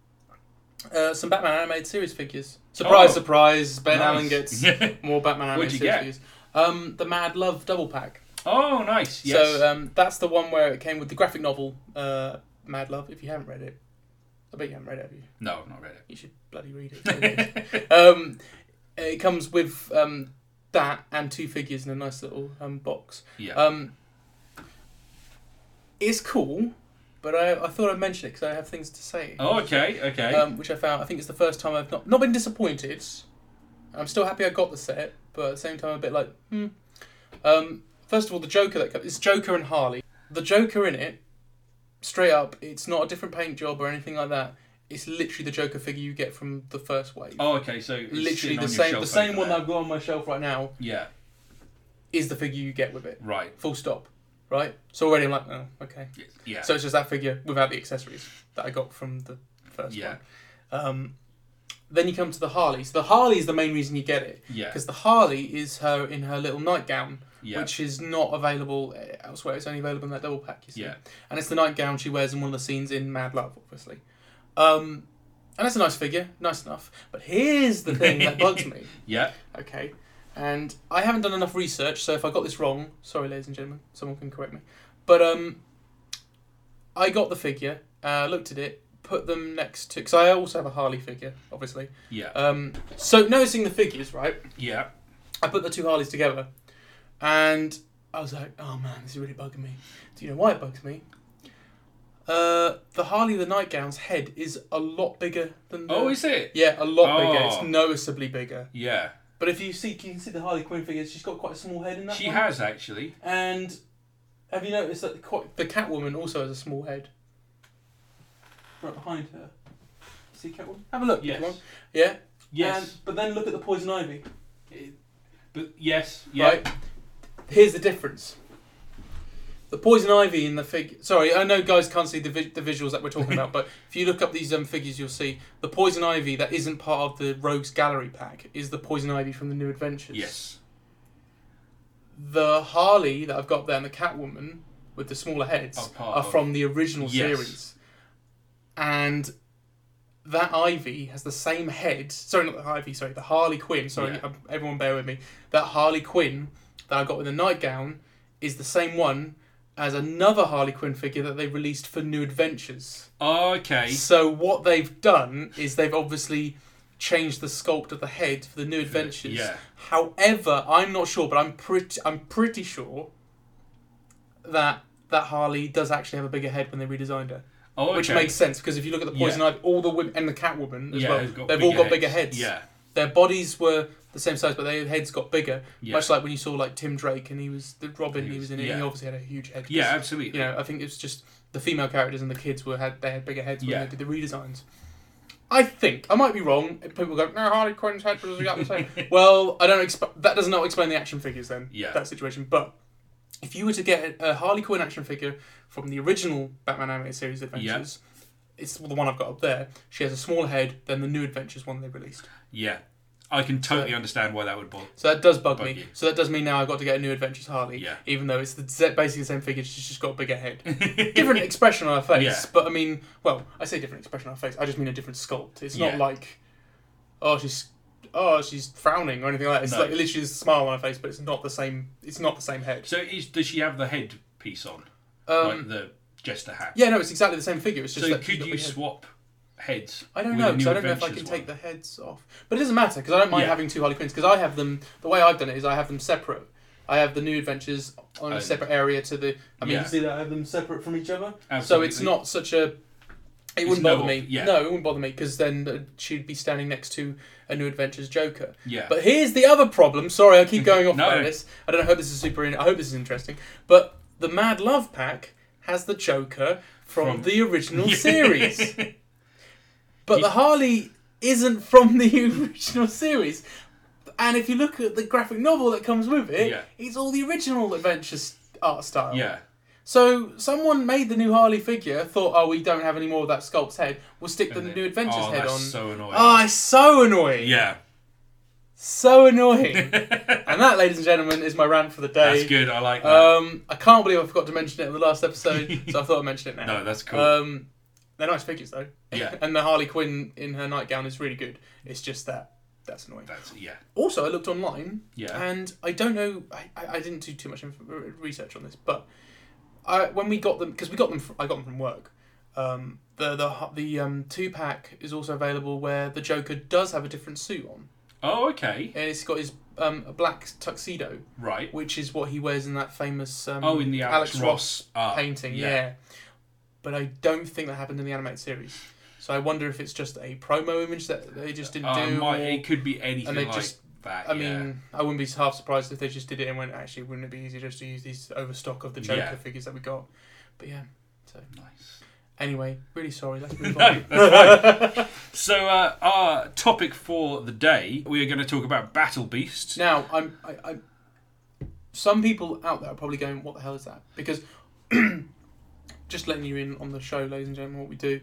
Speaker 2: uh, some Batman animated series figures. Surprise,
Speaker 1: Oh.
Speaker 2: surprise! Ben
Speaker 1: Nice.
Speaker 2: Allen gets
Speaker 1: Yeah.
Speaker 2: more Batman
Speaker 1: What'd
Speaker 2: animated
Speaker 1: you
Speaker 2: series
Speaker 1: get?
Speaker 2: figures. Um, the Mad Love double pack.
Speaker 1: Oh, nice. Yes.
Speaker 2: So um, that's the one where it came with the graphic novel uh, Mad Love. If you haven't read it, I bet you haven't read it. Have you?
Speaker 1: no, I've not read
Speaker 2: You should bloody read it. It's so good. um, it comes with um, that and two figures in a nice little um, box.
Speaker 1: it. Yeah.
Speaker 2: Um, it's cool, but I, I thought I'd mention it because I have things to say.
Speaker 1: oh, okay, okay.
Speaker 2: Um, which I found, I think it's the first time I've not, not been disappointed. I'm still happy I got the set, but at the same time, a bit like, hmm. Um, first of all, the Joker that comes, it's Joker and Harley. The Joker in it, straight up, it's not a different paint job or anything like that. It's literally the Joker figure you get from the first wave.
Speaker 1: oh, okay. So it's
Speaker 2: literally
Speaker 1: sitting
Speaker 2: the
Speaker 1: on your
Speaker 2: same,
Speaker 1: shelf
Speaker 2: the same
Speaker 1: over
Speaker 2: one
Speaker 1: there.
Speaker 2: that I've got on my shelf right now
Speaker 1: Yeah.
Speaker 2: is the figure you get with it.
Speaker 1: Right.
Speaker 2: Full stop. Right? So already I'm like, oh, okay.
Speaker 1: y- Yeah.
Speaker 2: So it's just that figure without the accessories that I got from the first
Speaker 1: Yeah.
Speaker 2: one. Um, then you come to the Harley. So the Harley is the main reason you get it
Speaker 1: yeah.
Speaker 2: because the Harley is her in her little nightgown,
Speaker 1: Yeah.
Speaker 2: which is not available eh, elsewhere. It's only available in that double pack. You see,
Speaker 1: Yeah.
Speaker 2: and it's the nightgown she wears in one of the scenes in Mad Love, obviously. Um, and it's a nice figure, nice enough. But here's the thing that bugs me.
Speaker 1: yeah.
Speaker 2: Okay. And I haven't done enough research, so if I got this wrong, sorry, ladies and gentlemen, someone can correct me. But um, I got the figure, uh, looked at it, put them next to because I also have a Harley figure, obviously.
Speaker 1: Yeah.
Speaker 2: Um, so noticing the figures, right?
Speaker 1: Yeah.
Speaker 2: I put the two Harleys together, and I was like, oh man, this is really bugging me. Do you know why it bugs me? Uh, the Harley, the nightgown's head is a lot bigger than the.
Speaker 1: Oh, is it?
Speaker 2: yeah, a lot bigger.
Speaker 1: Oh.
Speaker 2: It's noticeably bigger.
Speaker 1: Yeah.
Speaker 2: But if you see, you can see the Harley Quinn figure. She's got quite a small head in that.
Speaker 1: She
Speaker 2: one.
Speaker 1: has actually.
Speaker 2: And have you noticed that the, quite, the Catwoman also has a small head? Right behind her. See Catwoman? Have a look. if you
Speaker 1: Yes.
Speaker 2: want. Yeah.
Speaker 1: Yes.
Speaker 2: And, but then look at the poison ivy.
Speaker 1: But yes. Yeah.
Speaker 2: Right. Here's the difference. The poison ivy in the fig. Sorry, I know guys can't see the, vi- the visuals that we're talking about, but if you look up these um, figures, you'll see the poison ivy that isn't part of the Rogues Gallery pack is the poison ivy from the New Adventures.
Speaker 1: Yes.
Speaker 2: the Harley that I've got there and the Catwoman with the smaller heads
Speaker 1: Are
Speaker 2: are,
Speaker 1: Oh, part of-
Speaker 2: from the original
Speaker 1: Yes.
Speaker 2: series. And that Ivy has the same head. Sorry, not the Ivy, sorry, the Harley Quinn. Sorry,
Speaker 1: Yeah.
Speaker 2: um, everyone bear with me. That Harley Quinn that I got with the nightgown is the same one as another Harley Quinn figure that they released for New Adventures.
Speaker 1: Okay.
Speaker 2: So what they've done is they've obviously changed the sculpt of the head for the New Adventures.
Speaker 1: Yeah.
Speaker 2: However, I'm not sure, but I'm pretty I'm pretty sure that that Harley does actually have a bigger head when they redesigned her,
Speaker 1: Oh, okay.
Speaker 2: which makes sense because if you look at the Poison Ivy, all the women and the Catwoman as
Speaker 1: yeah,
Speaker 2: well,
Speaker 1: they've,
Speaker 2: they've,
Speaker 1: got
Speaker 2: all got bigger heads.
Speaker 1: Yeah.
Speaker 2: Their bodies were the same size, but their heads got bigger.
Speaker 1: Yeah.
Speaker 2: Much like when you saw like Tim Drake and he was the Robin,
Speaker 1: He
Speaker 2: he
Speaker 1: was-
Speaker 2: was in it.
Speaker 1: yeah.
Speaker 2: He obviously had a huge head. 'cause,
Speaker 1: Yeah. Absolutely.
Speaker 2: You know, I think it's just the female characters and the kids were had they had bigger heads when
Speaker 1: Yeah.
Speaker 2: they did the redesigns. I think I might be wrong. People go, no, Harley Quinn's head was exactly the same. Well, I don't exp- that does not explain the action figures then.
Speaker 1: Yeah.
Speaker 2: That situation. But if you were to get a Harley Quinn action figure from the original Batman animated series Adventures, it's the one I've got up there. She has a smaller head than the new Adventures one they released.
Speaker 1: Yeah. I can totally understand why that would bother.
Speaker 2: So that does bug
Speaker 1: Bug
Speaker 2: me.
Speaker 1: you.
Speaker 2: So that does mean now I've got to get a new Adventures Harley.
Speaker 1: Yeah.
Speaker 2: Even though it's the z- basically the same figure, she's just got a bigger head. different expression on her face,
Speaker 1: Yeah.
Speaker 2: but I mean, well, I say different expression on her face. I just mean a different sculpt. It's
Speaker 1: Yeah.
Speaker 2: not like, oh, she's. Oh, she's frowning or anything like that. It's
Speaker 1: No.
Speaker 2: like literally just a smile on her face, but it's not the same. It's not the same head.
Speaker 1: So, is, does she have the head piece on,
Speaker 2: Um,
Speaker 1: like the jester hat?
Speaker 2: Yeah, no, it's exactly the same figure. It's just
Speaker 1: So
Speaker 2: that
Speaker 1: could
Speaker 2: that
Speaker 1: you
Speaker 2: we had-
Speaker 1: swap heads?
Speaker 2: I don't
Speaker 1: with
Speaker 2: know
Speaker 1: the
Speaker 2: because
Speaker 1: New
Speaker 2: I don't know if I can
Speaker 1: Adventures
Speaker 2: take
Speaker 1: one?
Speaker 2: the heads off. But it doesn't matter because I don't mind
Speaker 1: Yeah.
Speaker 2: having two Harley Quinns because I have them. The way I've done it is I have them separate. I have the new adventures on
Speaker 1: Oh.
Speaker 2: a separate area to the. I mean,
Speaker 1: Yeah.
Speaker 2: you see that I have them separate from each other.
Speaker 1: Absolutely.
Speaker 2: So it's not such a. It
Speaker 1: It's
Speaker 2: wouldn't
Speaker 1: no
Speaker 2: bother me.
Speaker 1: ob- yeah.
Speaker 2: No, it wouldn't bother me because then uh, she'd be standing next to a New Adventures Joker.
Speaker 1: Yeah.
Speaker 2: But here's the other problem. Sorry, I keep going off
Speaker 1: No.
Speaker 2: about this. I don't. I hope this is super. In- I hope this is interesting. But the Mad Love pack has the Joker from,
Speaker 1: From-
Speaker 2: the original series, but the Harley isn't from the original series. And if you look at the graphic novel that comes with it,
Speaker 1: Yeah.
Speaker 2: it's all the original Adventures art style.
Speaker 1: yeah.
Speaker 2: So someone made the new Harley figure, thought, "Oh, we don't have any more of that sculpt's head. We'll stick the
Speaker 1: And then-
Speaker 2: new Adventures
Speaker 1: oh,
Speaker 2: head
Speaker 1: that's
Speaker 2: on."
Speaker 1: So annoying.
Speaker 2: Ah, it's so annoying.
Speaker 1: yeah.
Speaker 2: So annoying. and that, ladies and gentlemen, is my rant for the day.
Speaker 1: That's good. I like that.
Speaker 2: Um, I can't believe I forgot to mention it in the last episode, so I thought I'd mention it now.
Speaker 1: no, that's cool.
Speaker 2: Um, they're nice figures though.
Speaker 1: Yeah.
Speaker 2: and the Harley Quinn in her nightgown is really good. It's just that That's annoying.
Speaker 1: That's yeah,
Speaker 2: Also, I looked online
Speaker 1: yeah.
Speaker 2: and I don't know. I, I I didn't do too much inf- r- research on this, but I, when we got them, because we got them, fr I got them from work. Um, the the hu- the um, two pack is also available where the Joker does have a different suit on,
Speaker 1: Oh, okay,
Speaker 2: and it's got his um, a black tuxedo,
Speaker 1: right.
Speaker 2: which is what he wears in that famous um,
Speaker 1: Oh, in the Alex, Ross, uh,
Speaker 2: painting.
Speaker 1: yeah.
Speaker 2: Yeah. but I don't think that happened in the animated series. So I wonder if it's just a promo image that they just didn't
Speaker 1: Uh,
Speaker 2: do.
Speaker 1: might-
Speaker 2: or-
Speaker 1: it could be anything
Speaker 2: and they
Speaker 1: like
Speaker 2: just-
Speaker 1: that.
Speaker 2: I
Speaker 1: yeah.
Speaker 2: mean, I wouldn't be half surprised if they just did it and went, actually, wouldn't it be easier just to use these overstock of the Joker
Speaker 1: Yeah.
Speaker 2: figures that we got? But yeah.
Speaker 1: nice.
Speaker 2: Anyway, really sorry. Let's move
Speaker 1: No,
Speaker 2: on.
Speaker 1: that's right. so uh, our topic for the day, we are going to talk about battle beasts.
Speaker 2: Now, I'm. I, I, some people out there are probably going, "What the hell is that?" Because just letting you in on the show, ladies and gentlemen, what we do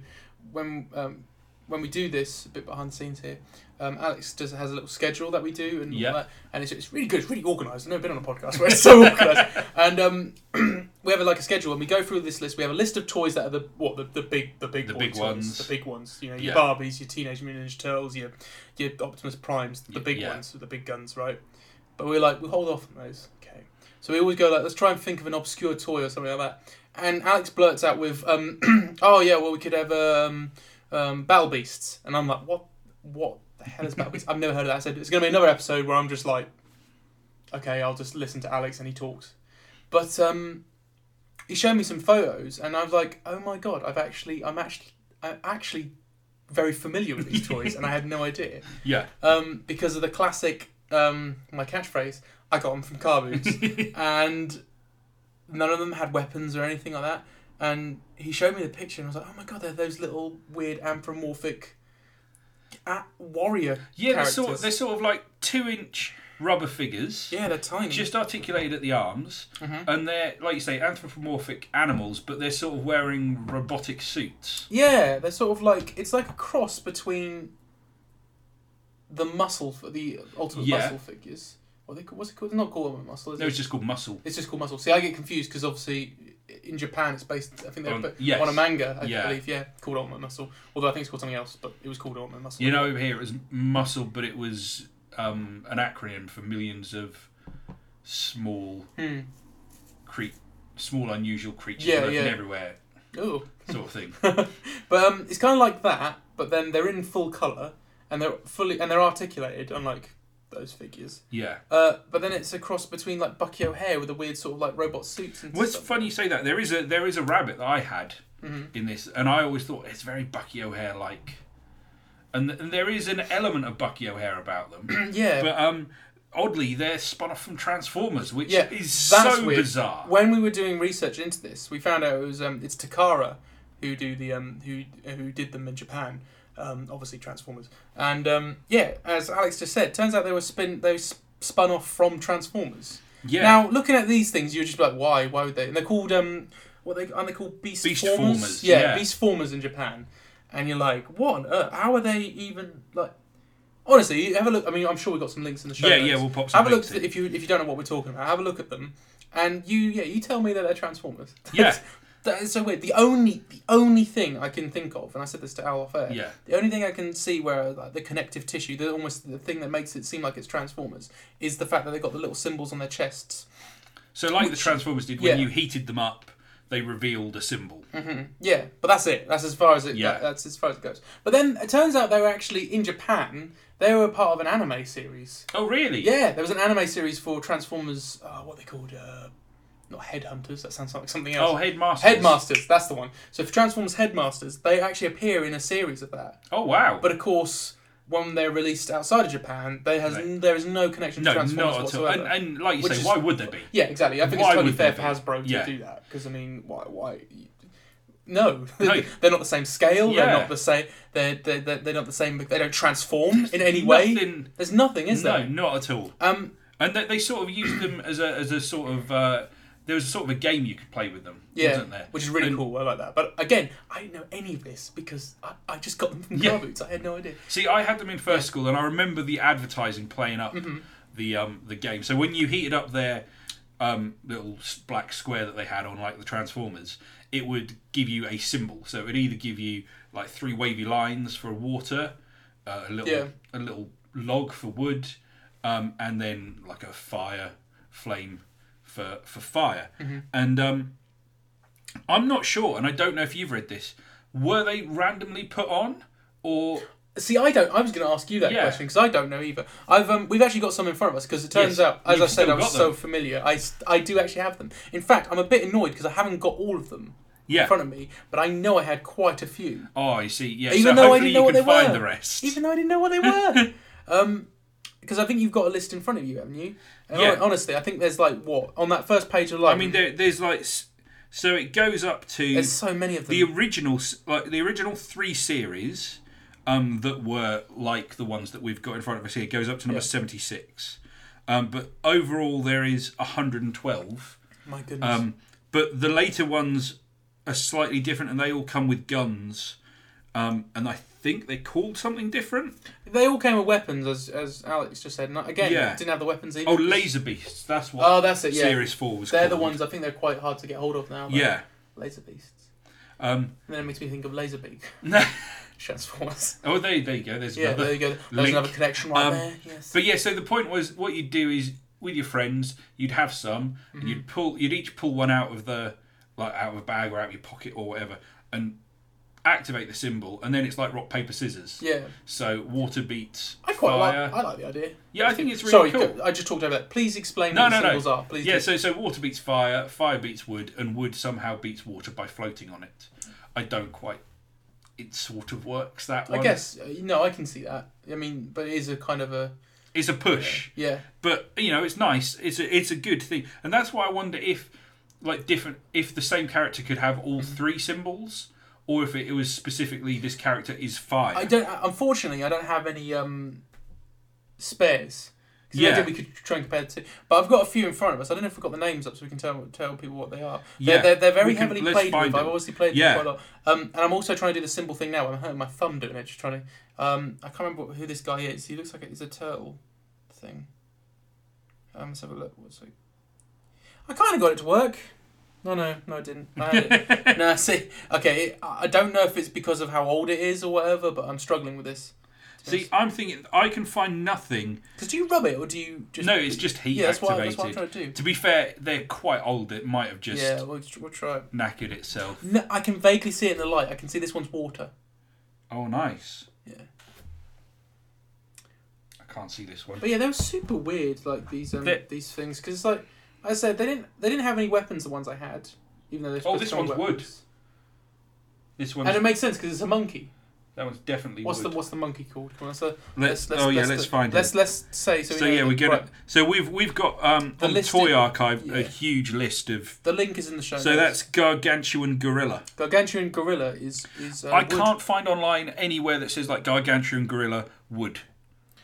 Speaker 2: when um, when we do this a bit behind the scenes here. Um, Alex does has a little schedule that we do, and all
Speaker 1: Yeah.
Speaker 2: that, and it's, it's really good. It's really organised. I've never been on a podcast where it's so organised. And um, we have like a schedule, and we go through this list. We have a list of toys that are the what the, the big the big
Speaker 1: The
Speaker 2: boy
Speaker 1: big
Speaker 2: toys,
Speaker 1: ones.
Speaker 2: the big ones. You know,
Speaker 1: Yeah.
Speaker 2: your Barbies, your Teenage Mutant Ninja Turtles, your your Optimus Primes, the
Speaker 1: Y-
Speaker 2: big
Speaker 1: yeah.
Speaker 2: ones, the big guns, right? But we're like, we'll hold off on those. Okay. So we always go like, let's try and think of an obscure toy or something like that. And Alex blurts out with, um, oh yeah, well we could have um, um, Battle Beasts, and I'm like, what? What the hell is Battle Beasts? I've never heard of that. I said it's going to be another episode where I'm just like, okay, I'll just listen to Alex and he talks. But um, he showed me some photos, and I was like, oh my god, I've actually, I'm actually, I'm actually very familiar with these toys, and I had no idea
Speaker 1: Yeah,
Speaker 2: um, because of the classic um, my catchphrase. I got them from car boots, and none of them had weapons or anything like that. And he showed me the picture, and I was like, "Oh my god, they're those little weird anthropomorphic a- warrior."
Speaker 1: yeah. They're sort,
Speaker 2: characters.
Speaker 1: they're sort of like two-inch rubber figures.
Speaker 2: Yeah, they're tiny.
Speaker 1: Just articulated at the arms,
Speaker 2: Mhm.
Speaker 1: and they're like you say anthropomorphic animals, but they're sort of wearing robotic suits.
Speaker 2: yeah, they're sort of like it's like a cross between the muscle for the ultimate
Speaker 1: Yeah.
Speaker 2: muscle figures. What they call- what's it called? It's not called ultimate muscle. Is
Speaker 1: No,
Speaker 2: it?
Speaker 1: it's just called muscle.
Speaker 2: It's just called Muscle. See, I get confused because obviously in Japan it's based. I think they're
Speaker 1: On-
Speaker 2: put-
Speaker 1: yes.
Speaker 2: on a manga. I
Speaker 1: Yeah.
Speaker 2: believe, yeah, called Ultimate Muscle. Although I think it's called something else, but it was called Ultimate Muscle.
Speaker 1: You know, over here it was muscle, but it was um, an acronym for millions of small,
Speaker 2: Hmm.
Speaker 1: cre- small unusual creatures
Speaker 2: Yeah,
Speaker 1: lurking
Speaker 2: yeah.
Speaker 1: everywhere,
Speaker 2: Ooh.
Speaker 1: sort of thing.
Speaker 2: But um, it's kind of like that. But then they're in full color and they're fully and they're articulated, unlike those figures.
Speaker 1: yeah.
Speaker 2: Uh, but then it's a cross between like Bucky O'Hare with a weird sort of like robot suits and
Speaker 1: What's
Speaker 2: stuff.
Speaker 1: funny you say that there is a there is a rabbit that I had
Speaker 2: Mhm.
Speaker 1: in this, and I always thought it's very Bucky O'Hare like, and, th- and there is an element of Bucky O'Hare about them,
Speaker 2: yeah.
Speaker 1: but um, oddly they're spun off from Transformers, which
Speaker 2: Yeah,
Speaker 1: is
Speaker 2: that's
Speaker 1: so
Speaker 2: weird.
Speaker 1: bizarre.
Speaker 2: when we were doing research into this, we found out it was um, it's Takara who do the um, who who did them in Japan. Um, obviously Transformers, and um, yeah, as Alex just said, turns out they were spin they s- spun off from Transformers.
Speaker 1: yeah,
Speaker 2: Now looking at these things, you're just like, why? Why would they? And they're called um, what they aren't they called beast,
Speaker 1: Beastformers,
Speaker 2: formers? Yeah,
Speaker 1: yeah.
Speaker 2: beast formers in Japan, and you're like, what on earth? How are they even like? Honestly, you have a look. I mean, I'm sure we have got some links in the show.
Speaker 1: yeah,
Speaker 2: notes
Speaker 1: yeah. We'll pop some
Speaker 2: have a look
Speaker 1: links
Speaker 2: at-
Speaker 1: in.
Speaker 2: if you if you don't know what we're talking about. Have a look at them, and you yeah you tell me that they're transformers.
Speaker 1: Yeah.
Speaker 2: that is so weird. The only the only thing I can think of, and I said this to Al off air.
Speaker 1: Yeah,
Speaker 2: The only thing I can see where like, the connective tissue, the almost the thing that makes it seem like it's transformers, is the fact that they've got the little symbols on their chests.
Speaker 1: so like the
Speaker 2: Which-
Speaker 1: Transformers did when
Speaker 2: yeah.
Speaker 1: you heated them up, they revealed a symbol.
Speaker 2: hmm Yeah, but that's it. That's as far as it.
Speaker 1: Yeah.
Speaker 2: that- that's as far as it goes. But then it turns out they were actually in Japan. They were part of an anime series.
Speaker 1: Oh really?
Speaker 2: Yeah, there was an anime series for Transformers. Uh, what they called? Uh, not Headhunters. That sounds like something
Speaker 1: Oh,
Speaker 2: else.
Speaker 1: headmaster.
Speaker 2: Headmasters. That's the one. So for Transformers Headmasters, they actually appear in a series of that.
Speaker 1: Oh wow.
Speaker 2: But of course, when they're released outside of Japan, there has
Speaker 1: Right.
Speaker 2: there is no connection to
Speaker 1: no,
Speaker 2: Transformers
Speaker 1: not at all.
Speaker 2: whatsoever.
Speaker 1: And, and like you
Speaker 2: Which
Speaker 1: say,
Speaker 2: is-
Speaker 1: why would there be?
Speaker 2: yeah, exactly. I think
Speaker 1: Why
Speaker 2: it's totally
Speaker 1: would
Speaker 2: fair
Speaker 1: they
Speaker 2: for
Speaker 1: be?
Speaker 2: Hasbro to
Speaker 1: Yeah.
Speaker 2: do that because I mean, why? Why? No,
Speaker 1: No.
Speaker 2: they're not the same scale.
Speaker 1: Yeah.
Speaker 2: They're not the same. They're, they're they're they're not the same. They don't transform in any way.
Speaker 1: Nothing-
Speaker 2: There's nothing, is
Speaker 1: no,
Speaker 2: there?
Speaker 1: not at all.
Speaker 2: Um,
Speaker 1: And they, they sort of used them as a as a sort of uh, there was a sort of a game you could play with them,
Speaker 2: Yeah,
Speaker 1: wasn't there?
Speaker 2: which is really
Speaker 1: And-
Speaker 2: cool. I like that. But again, I didn't know any of this because I, I just got them from
Speaker 1: Yeah.
Speaker 2: car boots. I had no idea.
Speaker 1: See, I had them in first school, and I remember the advertising playing up the um, the game. So when you heated up their um, little s- black square that they had on, like the Transformers, it would give you a symbol. So it would either give you like three wavy lines for water, uh, a little
Speaker 2: Yeah.
Speaker 1: a little log for wood, um, and then like a fire flame for for fire. And um, I'm not sure, and I don't know if you've read this. Were they randomly put on, or
Speaker 2: See, I don't. I was going to ask you that
Speaker 1: Yeah.
Speaker 2: question because I don't know either. I've um, we've actually got some in front of us because it turns
Speaker 1: Yes,
Speaker 2: out, as
Speaker 1: you've
Speaker 2: I said,
Speaker 1: still
Speaker 2: I was
Speaker 1: got
Speaker 2: so
Speaker 1: them.
Speaker 2: familiar. I, s- I do actually have them. In fact, I'm a bit annoyed because I haven't got all of them
Speaker 1: yeah?
Speaker 2: in front of me, but I know I had quite a few,
Speaker 1: Oh, I see. Yeah. so
Speaker 2: Even though I
Speaker 1: hopefully
Speaker 2: didn't know
Speaker 1: you
Speaker 2: what
Speaker 1: can
Speaker 2: they
Speaker 1: find
Speaker 2: were.
Speaker 1: the rest.
Speaker 2: even though I didn't know what they were. um, because I think you've got a list in front of you, haven't you? And
Speaker 1: Yeah.
Speaker 2: hon- honestly, I think there's like what on that first page alone.
Speaker 1: I mean, there, there's like, s- so it goes up to
Speaker 2: there's so many of them.
Speaker 1: the original, s- like the original three series, um, that were like the ones that we've got in front of us here goes up to number
Speaker 2: Yeah.
Speaker 1: seventy six, um, but overall there is hundred and twelve.
Speaker 2: My goodness.
Speaker 1: Um, but the later ones are slightly different, and they all come with guns, um, and I think they're called something different.
Speaker 2: they all came with weapons, as as Alex just said. And I- again,
Speaker 1: Yeah.
Speaker 2: didn't have the weapons either.
Speaker 1: Oh, laser beasts. That's what
Speaker 2: Oh, that's it. Yeah,
Speaker 1: series four was.
Speaker 2: they're the
Speaker 1: called.
Speaker 2: ones. I think they're quite hard to get hold of now. but-
Speaker 1: Yeah.
Speaker 2: Laser beasts.
Speaker 1: Um,
Speaker 2: And then it makes me think of Laserbeak. Transformers.
Speaker 1: oh, there, there you go. There's
Speaker 2: Yeah,
Speaker 1: another.
Speaker 2: there you go. There's
Speaker 1: link.
Speaker 2: another connection right
Speaker 1: Um,
Speaker 2: there. Yes.
Speaker 1: But yeah, so the point was, what you'd do is with your friends, you'd have some, and
Speaker 2: Mm-hmm.
Speaker 1: you'd pull, you'd each pull one out of the, like out of a bag or out of your pocket or whatever, and activate the symbol, and then it's like rock paper scissors.
Speaker 2: Yeah,
Speaker 1: So water beats
Speaker 2: I quite
Speaker 1: fire.
Speaker 2: like. I like the idea.
Speaker 1: yeah, I think it's really
Speaker 2: Sorry,
Speaker 1: cool.
Speaker 2: go- I just talked over that. Please explain
Speaker 1: No,
Speaker 2: what the
Speaker 1: no, no.
Speaker 2: symbols are. Please.
Speaker 1: Yeah,
Speaker 2: do.
Speaker 1: so so water beats fire, fire beats wood, and wood somehow beats water by floating on it. I don't quite. It sort of works that
Speaker 2: I
Speaker 1: one.
Speaker 2: guess uh, no, I can see that. I mean, but it is a kind of a
Speaker 1: it's a push.
Speaker 2: yeah.
Speaker 1: but you know it's nice it's a, it's a good thing and that's why i wonder if like different if the same character could have all
Speaker 2: Mm-hmm.
Speaker 1: three symbols or if it, it was specifically this character is fire
Speaker 2: I don't. uh, Unfortunately, I don't have any um spares. 'Cause The
Speaker 1: Yeah.
Speaker 2: idea we could try and compare the two, but I've got a few in front of us. I don't know if we've got the names up, so we can tell tell people what they are. They're,
Speaker 1: Yeah.
Speaker 2: they're, they're very
Speaker 1: We can-
Speaker 2: heavily
Speaker 1: let's
Speaker 2: played with.
Speaker 1: find
Speaker 2: I've
Speaker 1: them.
Speaker 2: obviously played
Speaker 1: Yeah.
Speaker 2: with quite a lot, um, and I'm also trying to do the simple thing now. I'm hurting my thumb doing it. Just trying to. Um, I can't remember what- who this guy is. He looks like he's a turtle thing. Um, let's have a look. What's it? I kind of got it to work. No, no, no, I didn't. I had it no, see, okay, it- I I don't know if it's because of how old it is or whatever, but I'm struggling with this.
Speaker 1: see i'm thinking i can find nothing
Speaker 2: because do you rub it or do you just?
Speaker 1: no it's just heat
Speaker 2: yeah, that's what, I-
Speaker 1: activated
Speaker 2: that's what I'm trying to do.
Speaker 1: to be fair they're quite old it might have just
Speaker 2: Yeah, we'll, tr- we'll try it.
Speaker 1: knackered itself
Speaker 2: No, I can vaguely see it in the light. I can see this one's water.
Speaker 1: oh nice
Speaker 2: Yeah,
Speaker 1: i can't see this one
Speaker 2: but yeah, they were super weird, like these um,
Speaker 1: They-
Speaker 2: these things, because like I said, they didn't they didn't have any weapons. The ones I had, even though they
Speaker 1: Oh, this one's wood. this one
Speaker 2: And it makes sense because it's a monkey.
Speaker 1: that one's definitely
Speaker 2: What's
Speaker 1: wood.
Speaker 2: the what's the monkey called? Come on, so
Speaker 1: let's, oh yeah let's find it
Speaker 2: Let's let's say so.
Speaker 1: so,
Speaker 2: we know
Speaker 1: yeah
Speaker 2: that-
Speaker 1: we get
Speaker 2: right,
Speaker 1: it so we've we've got um
Speaker 2: The
Speaker 1: on
Speaker 2: list
Speaker 1: toy
Speaker 2: in-
Speaker 1: archive
Speaker 2: yeah.
Speaker 1: a huge list of
Speaker 2: The link is in the show.
Speaker 1: So
Speaker 2: notes.
Speaker 1: that's gargantuan gorilla.
Speaker 2: Gargantuan gorilla is is. Uh,
Speaker 1: I
Speaker 2: wood.
Speaker 1: can't find online anywhere that says like gargantuan gorilla wood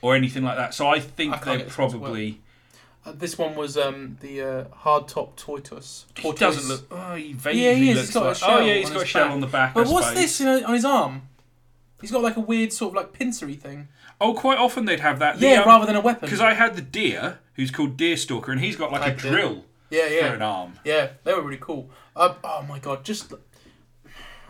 Speaker 1: or anything like that. So I think
Speaker 2: I can't
Speaker 1: they're
Speaker 2: get this one as well.
Speaker 1: probably.
Speaker 2: Uh, this one was um the uh, hard top tortoise.
Speaker 1: He
Speaker 2: tortoise.
Speaker 1: doesn't look. Oh, he vaguely
Speaker 2: Yeah, he is.
Speaker 1: looks
Speaker 2: He's got a
Speaker 1: like-
Speaker 2: shell
Speaker 1: oh yeah, he's
Speaker 2: on
Speaker 1: got a
Speaker 2: his
Speaker 1: shell
Speaker 2: back.
Speaker 1: on the back.
Speaker 2: But
Speaker 1: I
Speaker 2: what's
Speaker 1: suppose.
Speaker 2: this in uh, on his arm? He's got like a weird sort of like pincery thing.
Speaker 1: Oh, quite often they'd have that.
Speaker 2: Yeah, rather than a weapon.
Speaker 1: Because um, I had the deer who's called Deerstalker, and he's got like
Speaker 2: I
Speaker 1: a
Speaker 2: did.
Speaker 1: drill
Speaker 2: Yeah,
Speaker 1: for an
Speaker 2: yeah,
Speaker 1: arm.
Speaker 2: yeah. They were really cool. Uh, oh my god, just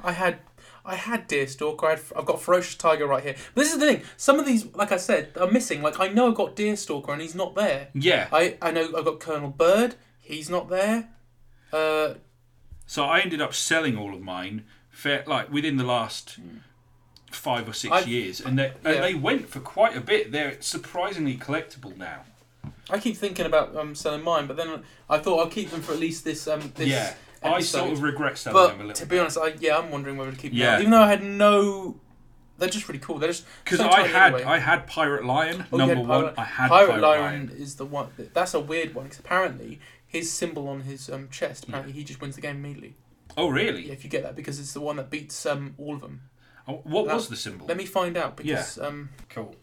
Speaker 2: I had. I had Deerstalker. I had, I've got Ferocious Tiger right here. But this is the thing. Some of these, like I said, are missing. Like I know I've got Deerstalker and he's not there.
Speaker 1: Yeah.
Speaker 2: I, I know I've got Colonel Bird. He's not there. Uh,
Speaker 1: So I ended up selling all of mine, fair, like within the last five or 6
Speaker 2: I've-
Speaker 1: years, and they
Speaker 2: yeah.
Speaker 1: and they went for quite a bit. They're surprisingly collectible now.
Speaker 2: I keep thinking about um, selling mine, but then I thought I'll keep them for at least this um this
Speaker 1: yeah,
Speaker 2: episode.
Speaker 1: I sort of regret selling them a
Speaker 2: but
Speaker 1: little
Speaker 2: to be honest, I yeah, I'm wondering whether to keep them.
Speaker 1: Yeah.
Speaker 2: out. Even though I had no, they're just really cool. They're just
Speaker 1: because
Speaker 2: so
Speaker 1: I
Speaker 2: tiny
Speaker 1: had
Speaker 2: anyway.
Speaker 1: I had Pirate Lion
Speaker 2: Oh, you
Speaker 1: number
Speaker 2: had
Speaker 1: one.
Speaker 2: Pirate-
Speaker 1: I had
Speaker 2: Pirate,
Speaker 1: Pirate,
Speaker 2: Lion,
Speaker 1: Lion.
Speaker 2: is the one. That's a weird one because apparently his symbol on his um chest. Apparently he just wins the game immediately.
Speaker 1: Oh really?
Speaker 2: Yeah, if you get that because it's the one that beats um all of them.
Speaker 1: Oh, What
Speaker 2: That-
Speaker 1: was the symbol?
Speaker 2: Let me find out because um.
Speaker 1: Cool.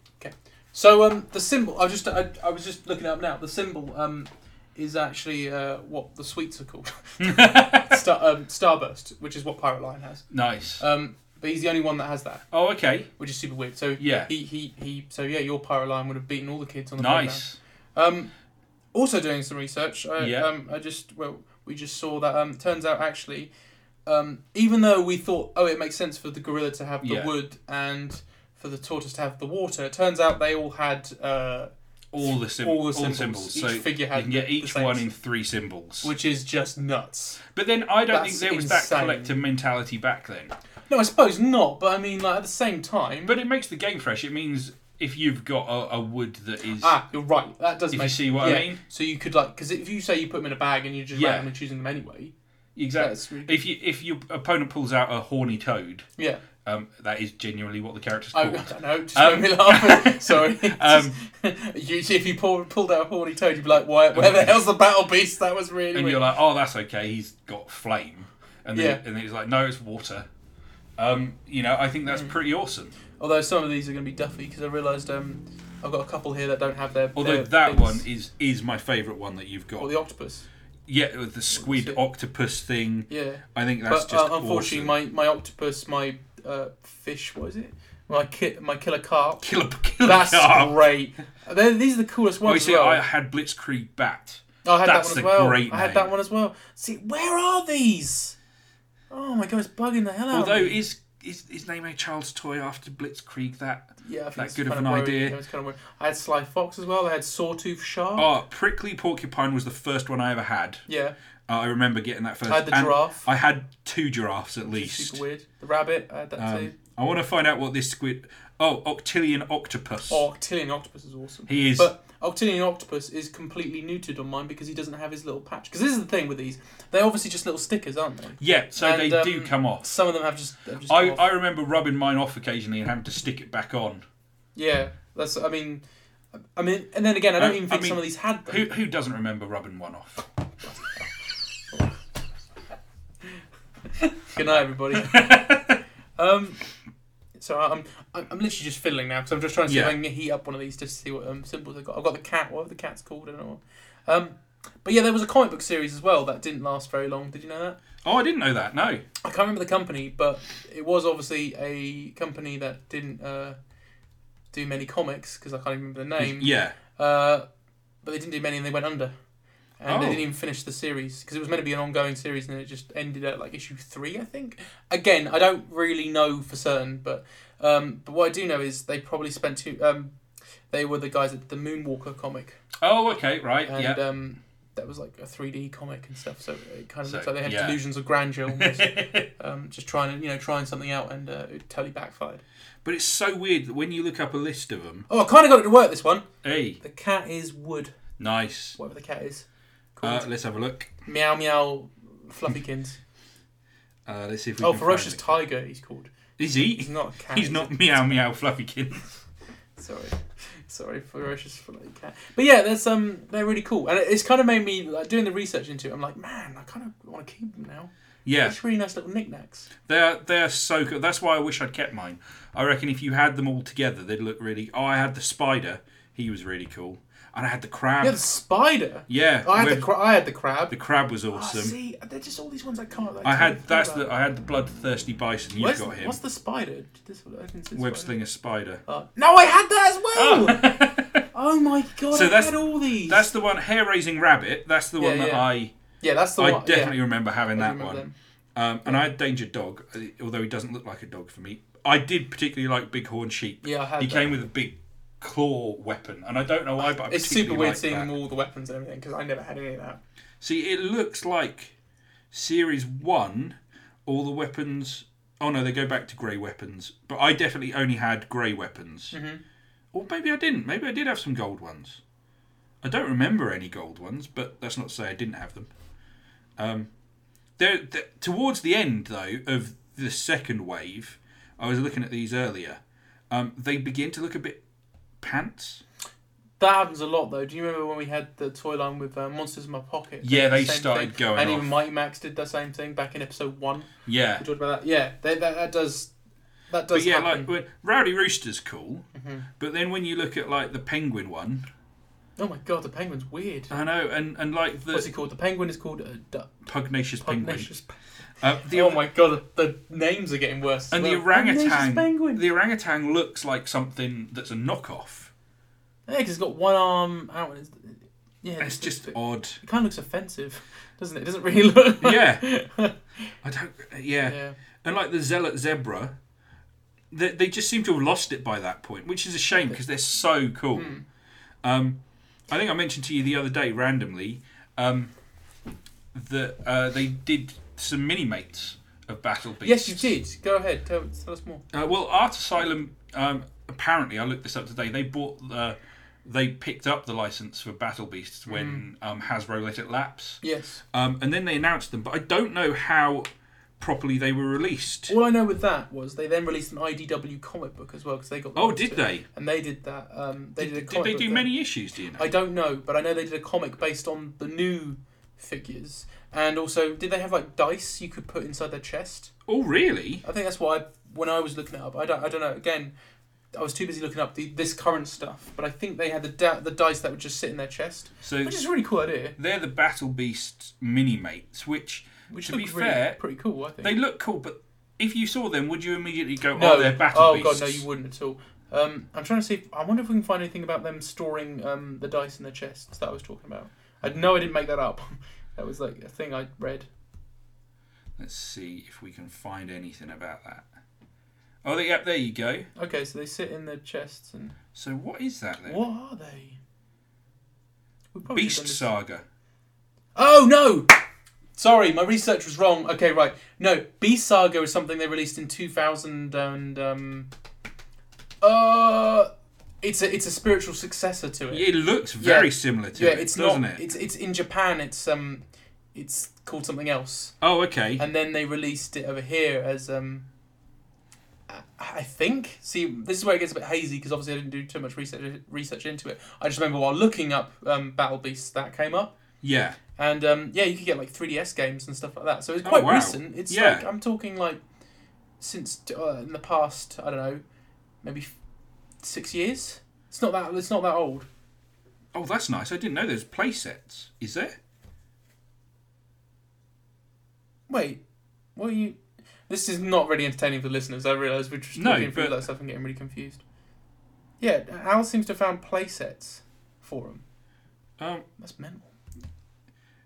Speaker 2: So um, the symbol. I just I, I was just looking it up now. The symbol um, is actually uh, what the sweets are called. Star, um, Starburst, which is what Pirate Lion has.
Speaker 1: Nice.
Speaker 2: Um, but he's the only one that has that,
Speaker 1: oh okay.
Speaker 2: which is super weird. So
Speaker 1: Yeah.
Speaker 2: he he, he So yeah, your Pirate Lion would have beaten all the kids on the
Speaker 1: Nice.
Speaker 2: playground. Um, also doing some research. I,
Speaker 1: Yeah.
Speaker 2: Um, I just well we just saw that. Um, turns out actually, um, even though we thought oh it makes sense for the gorilla to have the
Speaker 1: Yeah.
Speaker 2: wood and for the tortoise to have the water. It turns out they all had, uh,
Speaker 1: All the, sim-
Speaker 2: All the
Speaker 1: all the
Speaker 2: symbols.
Speaker 1: symbols.
Speaker 2: Each
Speaker 1: So
Speaker 2: figure had
Speaker 1: you can get
Speaker 2: the- the
Speaker 1: each
Speaker 2: same
Speaker 1: one
Speaker 2: s-
Speaker 1: in three symbols.
Speaker 2: which is just nuts.
Speaker 1: but then I don't
Speaker 2: That's
Speaker 1: think there was
Speaker 2: insane.
Speaker 1: that collector mentality back then.
Speaker 2: No, I suppose not. But I mean, like at the same time.
Speaker 1: But it makes the game fresh. It means if you've got a, a wood that is
Speaker 2: Ah, you're right. That does
Speaker 1: If you
Speaker 2: make
Speaker 1: see what I
Speaker 2: yeah.
Speaker 1: mean?
Speaker 2: So you could like, because if you say you put them in a bag and you're just
Speaker 1: Yeah.
Speaker 2: randomly choosing them anyway, that's
Speaker 1: exactly.
Speaker 2: really-
Speaker 1: If you if your opponent pulls out a horny toad,
Speaker 2: yeah.
Speaker 1: um, that is genuinely what the character's
Speaker 2: Oh, I, I
Speaker 1: called.
Speaker 2: don't know. Just
Speaker 1: Um,
Speaker 2: made me laugh. Sorry.
Speaker 1: Um,
Speaker 2: you, if you pull, pulled out a horny toad, you'd be like, "Where, where the hell's the battle beast?" That was really.
Speaker 1: and
Speaker 2: weird.
Speaker 1: you're like, oh, that's okay. He's got flame, and then
Speaker 2: Yeah.
Speaker 1: and then it's like, no, it's water. Um, you know, I think that's
Speaker 2: Mm.
Speaker 1: pretty awesome.
Speaker 2: Although some of these are going to be Duffy because I realised um, I've got a couple here that don't have their.
Speaker 1: Although
Speaker 2: their
Speaker 1: that
Speaker 2: things.
Speaker 1: one is is my favourite one that you've got.
Speaker 2: Or the octopus.
Speaker 1: yeah, with the squid
Speaker 2: it?
Speaker 1: octopus thing.
Speaker 2: Yeah.
Speaker 1: I think that's
Speaker 2: but
Speaker 1: just
Speaker 2: uh, unfortunately,
Speaker 1: awesome.
Speaker 2: my, my octopus, my uh, fish, what is it? My ki- my killer carp.
Speaker 1: killer killer
Speaker 2: That's
Speaker 1: car.
Speaker 2: great. They're, these are the coolest
Speaker 1: Oh, you
Speaker 2: ones.
Speaker 1: see,
Speaker 2: as well.
Speaker 1: I had Blitzkrieg Bat.
Speaker 2: Oh, I had
Speaker 1: That's
Speaker 2: that
Speaker 1: a
Speaker 2: one as well.
Speaker 1: great
Speaker 2: I had
Speaker 1: name.
Speaker 2: that one as well. See, where are these? Oh my god, it's bugging the hell out.
Speaker 1: Although
Speaker 2: of me.
Speaker 1: is is is naming a child's toy after Blitzkrieg that
Speaker 2: yeah, I think
Speaker 1: that
Speaker 2: it's
Speaker 1: good of
Speaker 2: kind
Speaker 1: an
Speaker 2: worried.
Speaker 1: idea.
Speaker 2: Yeah, it's kind of worried. I had Sly Fox as well. I had Sawtooth Shark.
Speaker 1: Oh, prickly porcupine was the first one I ever had.
Speaker 2: Yeah,
Speaker 1: Uh, I remember getting that first.
Speaker 2: I had the
Speaker 1: and
Speaker 2: giraffe.
Speaker 1: I had two giraffes at least.
Speaker 2: Super weird. The rabbit. I had that too.
Speaker 1: Um, I want to find out what this squid. Oh, Octillion octopus.
Speaker 2: Oh, Octillion Octopus is awesome.
Speaker 1: He is.
Speaker 2: But Octillion Octopus is completely neutered on mine because he doesn't have his little patch. Because this is the thing with these. They're obviously just little stickers, aren't they?
Speaker 1: yeah, so
Speaker 2: and,
Speaker 1: they do
Speaker 2: um,
Speaker 1: come off.
Speaker 2: Some of them have just. have just
Speaker 1: I,
Speaker 2: come off.
Speaker 1: I remember rubbing mine off occasionally and having to stick it back on.
Speaker 2: yeah, that's. I mean. I mean, and then again, I don't
Speaker 1: Uh,
Speaker 2: even
Speaker 1: I
Speaker 2: think
Speaker 1: mean,
Speaker 2: some of these had them.
Speaker 1: Who, who doesn't remember rubbing one off?
Speaker 2: Good night, everybody. um, so I'm, I'm I'm literally just fiddling now because I'm just trying to see if
Speaker 1: Yeah.
Speaker 2: I can heat up one of these just to see what um, symbols I've got. I've got the cat. What the cat's called? I don't know. Um, but yeah, there was a comic book series as well that didn't last very long. Did you know that?
Speaker 1: Oh, I didn't know that. No.
Speaker 2: I can't remember the company, but it was obviously a company that didn't uh, do many comics because I can't even remember the name.
Speaker 1: Yeah.
Speaker 2: Uh, but they didn't do many, and they went under. And they
Speaker 1: Oh.
Speaker 2: didn't even finish the series because it was meant to be an ongoing series, and it just ended at like issue three, I think. Again, I don't really know for certain, but um, but what I do know is they probably spent two. Um, they were the guys at the Moonwalker comic,
Speaker 1: Oh, okay, right.
Speaker 2: and
Speaker 1: yeah.
Speaker 2: um, that was like a three D comic and stuff. So it kind of
Speaker 1: So,
Speaker 2: looks like they had
Speaker 1: yeah.
Speaker 2: delusions of grandeur, almost, um, just trying to you know trying something out, and uh, it totally backfired.
Speaker 1: But it's so weird that when you look up a list of them,
Speaker 2: Oh, I kind of got it to work this one.
Speaker 1: hey,
Speaker 2: The cat is wood,
Speaker 1: nice.
Speaker 2: whatever the cat is. Called.
Speaker 1: Uh, let's have a look.
Speaker 2: Meow meow Fluffykins.
Speaker 1: Uh, let's see if we
Speaker 2: oh,
Speaker 1: can
Speaker 2: ferocious
Speaker 1: find
Speaker 2: tiger. He's called.
Speaker 1: it. Is
Speaker 2: He's
Speaker 1: he?
Speaker 2: not a cat.
Speaker 1: He's
Speaker 2: is
Speaker 1: not
Speaker 2: he?
Speaker 1: meow meow fluffykin.
Speaker 2: Sorry, sorry, ferocious fluffy cat. But yeah, that's um, they're really cool, and it- it's kind of made me like doing the research into it. I'm like, man, I kind of want to keep them now.
Speaker 1: Yeah,
Speaker 2: It's really nice little knickknacks.
Speaker 1: they're they're so good. That's why I wish I'd kept mine. I reckon if you had them all together, they'd look really. Oh, I had the spider. He was really cool, and I had the crab.
Speaker 2: Yeah, the spider.
Speaker 1: Yeah,
Speaker 2: I had the
Speaker 1: with-
Speaker 2: cra- I had the crab.
Speaker 1: the crab was
Speaker 2: Ah,
Speaker 1: awesome.
Speaker 2: see, they're just all these ones I can't. Like,
Speaker 1: I had
Speaker 2: think
Speaker 1: that's
Speaker 2: about.
Speaker 1: the I had the bloodthirsty bison. You've
Speaker 2: Where's-
Speaker 1: got him.
Speaker 2: What's the spider? This one, I think it's this
Speaker 1: Web
Speaker 2: one.
Speaker 1: slinger spider.
Speaker 2: Oh, no, I had that as well. Oh, my god!
Speaker 1: Ah. So
Speaker 2: I
Speaker 1: that's-
Speaker 2: had all these.
Speaker 1: That's the one. Hair raising rabbit. That's the
Speaker 2: Yeah,
Speaker 1: one that
Speaker 2: yeah.
Speaker 1: I
Speaker 2: yeah, that's the
Speaker 1: I
Speaker 2: one. yeah.
Speaker 1: definitely remember having that
Speaker 2: remember
Speaker 1: one.
Speaker 2: them.
Speaker 1: Um, and I had Danger Dog, uh, although he doesn't look like a dog for me. I did particularly like Bighorn Sheep.
Speaker 2: Yeah, I had
Speaker 1: He
Speaker 2: that.
Speaker 1: came with a big claw weapon, and I don't know why, but I
Speaker 2: It's super
Speaker 1: particularly
Speaker 2: weird
Speaker 1: liked
Speaker 2: seeing
Speaker 1: that.
Speaker 2: them all the weapons and everything because I never had any of that.
Speaker 1: See, it looks like Series One. All the weapons. Oh no, they go back to grey weapons. But I definitely only had grey weapons. Or maybe I didn't. Maybe I did have some gold ones. I don't remember any gold ones, but that's not to say I didn't have them. Um, there, th towards the end though of the second wave, I was looking at these earlier. Um, they begin to look a bit pants.
Speaker 2: That happens a lot though. Do you remember when we had the toy line with uh, Monsters in My Pocket?
Speaker 1: Yeah, they
Speaker 2: Same
Speaker 1: started
Speaker 2: thing.
Speaker 1: going
Speaker 2: And
Speaker 1: off.
Speaker 2: even Mighty Max did the same thing back in episode one.
Speaker 1: Yeah.
Speaker 2: We talked about that. Yeah, they, that, that does. That does
Speaker 1: But yeah,
Speaker 2: happen. Mm-hmm.
Speaker 1: like when, Rowdy Rooster's cool, but then when you look at like the Penguin one,
Speaker 2: oh my god, the penguin's weird.
Speaker 1: I know, and and like the
Speaker 2: What's he called? The penguin is called uh, Du-
Speaker 1: Pugnacious Penguin,
Speaker 2: Pugnacious. Pe-
Speaker 1: uh, the
Speaker 2: oh my god, the names are getting worse. as
Speaker 1: and the
Speaker 2: well. Pugnacious
Speaker 1: orangutan,
Speaker 2: penguin.
Speaker 1: the orangutan looks like something that's a knockoff.
Speaker 2: Yeah, because it's got one arm out. And it's, yeah,
Speaker 1: It's just
Speaker 2: it,
Speaker 1: odd.
Speaker 2: kind of looks offensive, doesn't it? It doesn't really look.
Speaker 1: Yeah, I don't. Yeah.
Speaker 2: yeah.
Speaker 1: and like the zealot zebra, they, they just seem to have lost it by that point, which is a shame because they're so cool.
Speaker 2: Hmm.
Speaker 1: Um, I think I mentioned to you the other day randomly um, that uh, they did some mini mates of Battle Beasts.
Speaker 2: Yes, you did. Go ahead. Tell, tell us more.
Speaker 1: Uh, well, Art Asylum. Um, apparently, I looked this up today. They bought the, they picked up the license for Battle Beasts
Speaker 2: Hmm.
Speaker 1: when um, Hasbro let it lapse,
Speaker 2: Yes.
Speaker 1: um, and then they announced them. But I don't know how properly they were released.
Speaker 2: All I know with that was they then released an IDW comic book as well because they got. the
Speaker 1: Oh,
Speaker 2: rights
Speaker 1: did
Speaker 2: to it.
Speaker 1: they?
Speaker 2: And they did that. Um, they did, a
Speaker 1: Did,
Speaker 2: comic
Speaker 1: they
Speaker 2: book
Speaker 1: do
Speaker 2: thing.
Speaker 1: many issues? Do you know?
Speaker 2: I don't know, but I know they did a comic based on the new figures. And also, did they have like dice you could put inside their chest?
Speaker 1: oh, really?
Speaker 2: I think that's why I, when I was looking it up, I don't, I don't know. Again, I was too busy looking up the, this current stuff, but I think they had the da- the dice that would just sit in their chest,
Speaker 1: So
Speaker 2: which is a really cool idea.
Speaker 1: they're the Battle Beasts mini mates, which,
Speaker 2: Which
Speaker 1: to be
Speaker 2: looked really
Speaker 1: fair,
Speaker 2: pretty cool. I think.
Speaker 1: they look cool. But if you saw them, would you immediately go,
Speaker 2: no,
Speaker 1: "Oh, they're Battle
Speaker 2: oh
Speaker 1: Beasts"?
Speaker 2: god, no, you wouldn't at all. Um, I'm trying to see. If, I wonder if we can find anything about them storing um, the dice in their chests that I was talking about. I know I didn't make that up. that was like a thing I read.
Speaker 1: Let's see if we can find anything about that. Oh, they- yep, there you go.
Speaker 2: Okay, so they sit in their chests and
Speaker 1: So what is that then?
Speaker 2: what are they? We probably should've
Speaker 1: Beast
Speaker 2: done this-
Speaker 1: Saga.
Speaker 2: Oh no! Sorry, my research was wrong. Okay, right. No, Beast Saga is something they released in 2000 and um uh it's a it's a spiritual successor to it.
Speaker 1: It looks very similar to
Speaker 2: yeah,
Speaker 1: it,
Speaker 2: it's
Speaker 1: doesn't
Speaker 2: not
Speaker 1: it?
Speaker 2: it's it's in Japan it's um it's called something else.
Speaker 1: Oh, okay.
Speaker 2: And then they released it over here as um I- I think. See, this is where it gets a bit hazy because obviously I didn't do too much research research into it. I just remember while looking up um, Battle Beasts that came up.
Speaker 1: Yeah.
Speaker 2: And um, yeah, you could get like 3DS games and stuff like that. So it's
Speaker 1: Oh,
Speaker 2: quite
Speaker 1: wow.
Speaker 2: recent. It's
Speaker 1: Yeah.
Speaker 2: like I'm talking like since uh, in the past, I don't know, maybe f- six years. It's not that it's not that old.
Speaker 1: Oh, that's nice. I didn't know there's play sets. Is there?
Speaker 2: Wait, what are you? This is not really entertaining for listeners. I realise we're just
Speaker 1: No,
Speaker 2: looking through
Speaker 1: but-
Speaker 2: that stuff and getting really confused. Yeah, Al seems to have found playsets for them.
Speaker 1: Um,
Speaker 2: That's mental.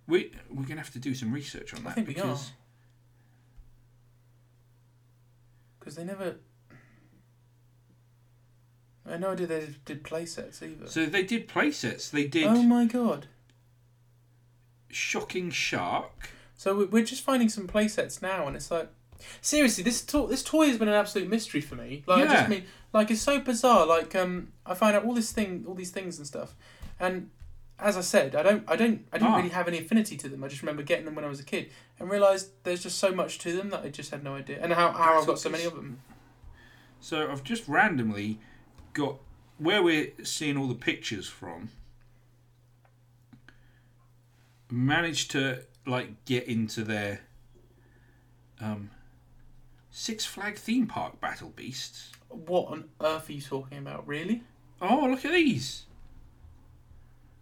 Speaker 1: we we're gonna have to do some research on
Speaker 2: I
Speaker 1: that
Speaker 2: think we are.
Speaker 1: because
Speaker 2: Because they never. I had no idea they did playsets either.
Speaker 1: so they did play sets. They did
Speaker 2: Oh my god.
Speaker 1: Shocking Shark.
Speaker 2: So we- we're just finding some playsets now, and it's like, seriously, this toy, this toy has been an absolute mystery for me. Like, I
Speaker 1: Yeah.
Speaker 2: just mean, like it's so bizarre. Like, um, I find out all this thing, all these things and stuff, and as I said, I don't, I don't, I didn't
Speaker 1: Ah.
Speaker 2: really have any affinity to them. I just remember getting them when I was a kid and realized there's just so much to them that I just had no idea, and how, how I've got so many of them.
Speaker 1: So I've just randomly got where we're seeing all the pictures from. Managed to like get into their um, Six Flag theme park battle beasts.
Speaker 2: What on earth are you talking about, really?
Speaker 1: Oh, look at these!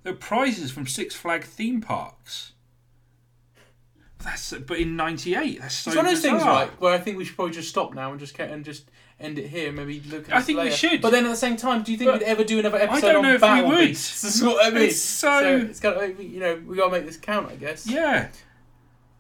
Speaker 1: They're prizes from Six Flag theme parks. That's but in '98. That's so
Speaker 2: it's one of those things,
Speaker 1: bizarre.
Speaker 2: right, where I think we should probably just stop now and just ca- and just end it here. Maybe look. At
Speaker 1: I
Speaker 2: this
Speaker 1: think we
Speaker 2: later.
Speaker 1: should.
Speaker 2: But then at the same time, do you think
Speaker 1: But
Speaker 2: we'd ever do another episode?
Speaker 1: don't
Speaker 2: on
Speaker 1: know if we
Speaker 2: Battle
Speaker 1: would.
Speaker 2: Beasts? That's what I mean.
Speaker 1: It's so-
Speaker 2: it's got to you know we got to make this count, I guess.
Speaker 1: Yeah,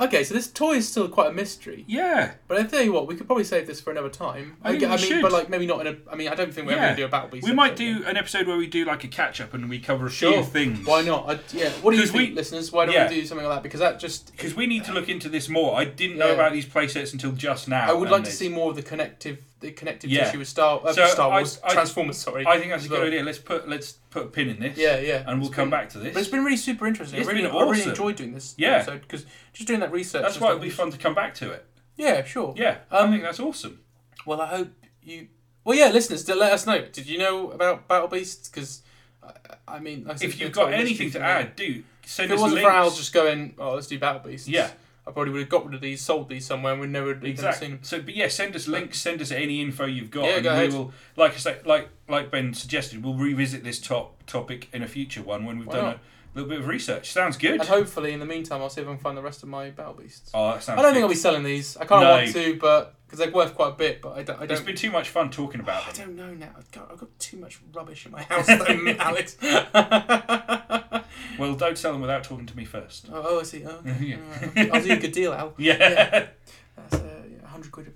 Speaker 2: Okay, so this toy is still quite a mystery.
Speaker 1: yeah.
Speaker 2: But I tell you what, we could probably save this for another time.
Speaker 1: I think
Speaker 2: g-
Speaker 1: we
Speaker 2: I mean,
Speaker 1: should.
Speaker 2: but like maybe not in a. I mean, I don't think we're ever
Speaker 1: Yeah.
Speaker 2: gonna do a Battle Beasts.
Speaker 1: We might
Speaker 2: episode,
Speaker 1: do an episode where we do like a catch up and we cover a
Speaker 2: Sure.
Speaker 1: few things.
Speaker 2: Why not? I, yeah. What do you
Speaker 1: 'Cause
Speaker 2: think,
Speaker 1: we-
Speaker 2: listeners? Why don't
Speaker 1: yeah.
Speaker 2: we do something like that? Because that just
Speaker 1: Because we need to look into this more. I didn't know
Speaker 2: Yeah.
Speaker 1: about these playsets until just now.
Speaker 2: I would
Speaker 1: and
Speaker 2: like to
Speaker 1: it's-
Speaker 2: see more of the connective, the connective
Speaker 1: Yeah.
Speaker 2: tissue with Star, uh,
Speaker 1: So
Speaker 2: Star
Speaker 1: I-
Speaker 2: Wars,
Speaker 1: I-
Speaker 2: Transformers. Sorry,
Speaker 1: I think that's a
Speaker 2: as
Speaker 1: good
Speaker 2: well.
Speaker 1: idea. Let's put let's put a pin in this.
Speaker 2: Yeah, yeah.
Speaker 1: And we'll
Speaker 2: It's
Speaker 1: come
Speaker 2: been-
Speaker 1: back to
Speaker 2: But it's
Speaker 1: this.
Speaker 2: been really super interesting.
Speaker 1: It's
Speaker 2: I really,
Speaker 1: been
Speaker 2: I
Speaker 1: awesome.
Speaker 2: really enjoyed doing this
Speaker 1: Yeah.
Speaker 2: episode because just doing that research.
Speaker 1: That's
Speaker 2: and
Speaker 1: why
Speaker 2: stuff
Speaker 1: it'd be
Speaker 2: was-
Speaker 1: fun to come back to it.
Speaker 2: Yeah, sure.
Speaker 1: Yeah, I
Speaker 2: Um,
Speaker 1: think that's awesome.
Speaker 2: Well, I hope you. Well, yeah, listeners, do let us know. Did you know about Battle Beasts? Because I, I mean, like I said,
Speaker 1: If you've
Speaker 2: it's
Speaker 1: got
Speaker 2: been a
Speaker 1: anything
Speaker 2: mystery
Speaker 1: to
Speaker 2: for me.
Speaker 1: add, do
Speaker 2: if
Speaker 1: send
Speaker 2: it
Speaker 1: us
Speaker 2: wasn't
Speaker 1: links.
Speaker 2: for Al just going, oh, let's do Battle Beasts.
Speaker 1: Yeah.
Speaker 2: I probably would have got rid of these, sold these somewhere, and we'd never have even seen
Speaker 1: Exactly.
Speaker 2: them.
Speaker 1: So, but yeah, send us links. Send us any info you've got,
Speaker 2: Yeah,
Speaker 1: and
Speaker 2: go
Speaker 1: we
Speaker 2: ahead.
Speaker 1: will, like I say, like like Ben suggested, we'll revisit this top topic in a future one when we've
Speaker 2: Why
Speaker 1: done
Speaker 2: not?
Speaker 1: a little bit of research. Sounds good.
Speaker 2: And hopefully, in the meantime, I'll see if I can find the rest of my Battle Beasts.
Speaker 1: Oh, that sounds
Speaker 2: I don't
Speaker 1: good.
Speaker 2: think I'll be selling these. I kind of
Speaker 1: No.
Speaker 2: want to, but because they're worth quite a bit. But I don't. I don't
Speaker 1: It's been too much fun talking about
Speaker 2: I
Speaker 1: it.
Speaker 2: don't know now. God, I've got too much rubbish in my house, though, Alex. oh,
Speaker 1: Well, don't sell them without talking to me first.
Speaker 2: oh, I see. Oh, okay.
Speaker 1: Yeah.
Speaker 2: All right, I'll, I'll do you a good deal, Al.
Speaker 1: Yeah.
Speaker 2: That's uh, yeah, 100 quid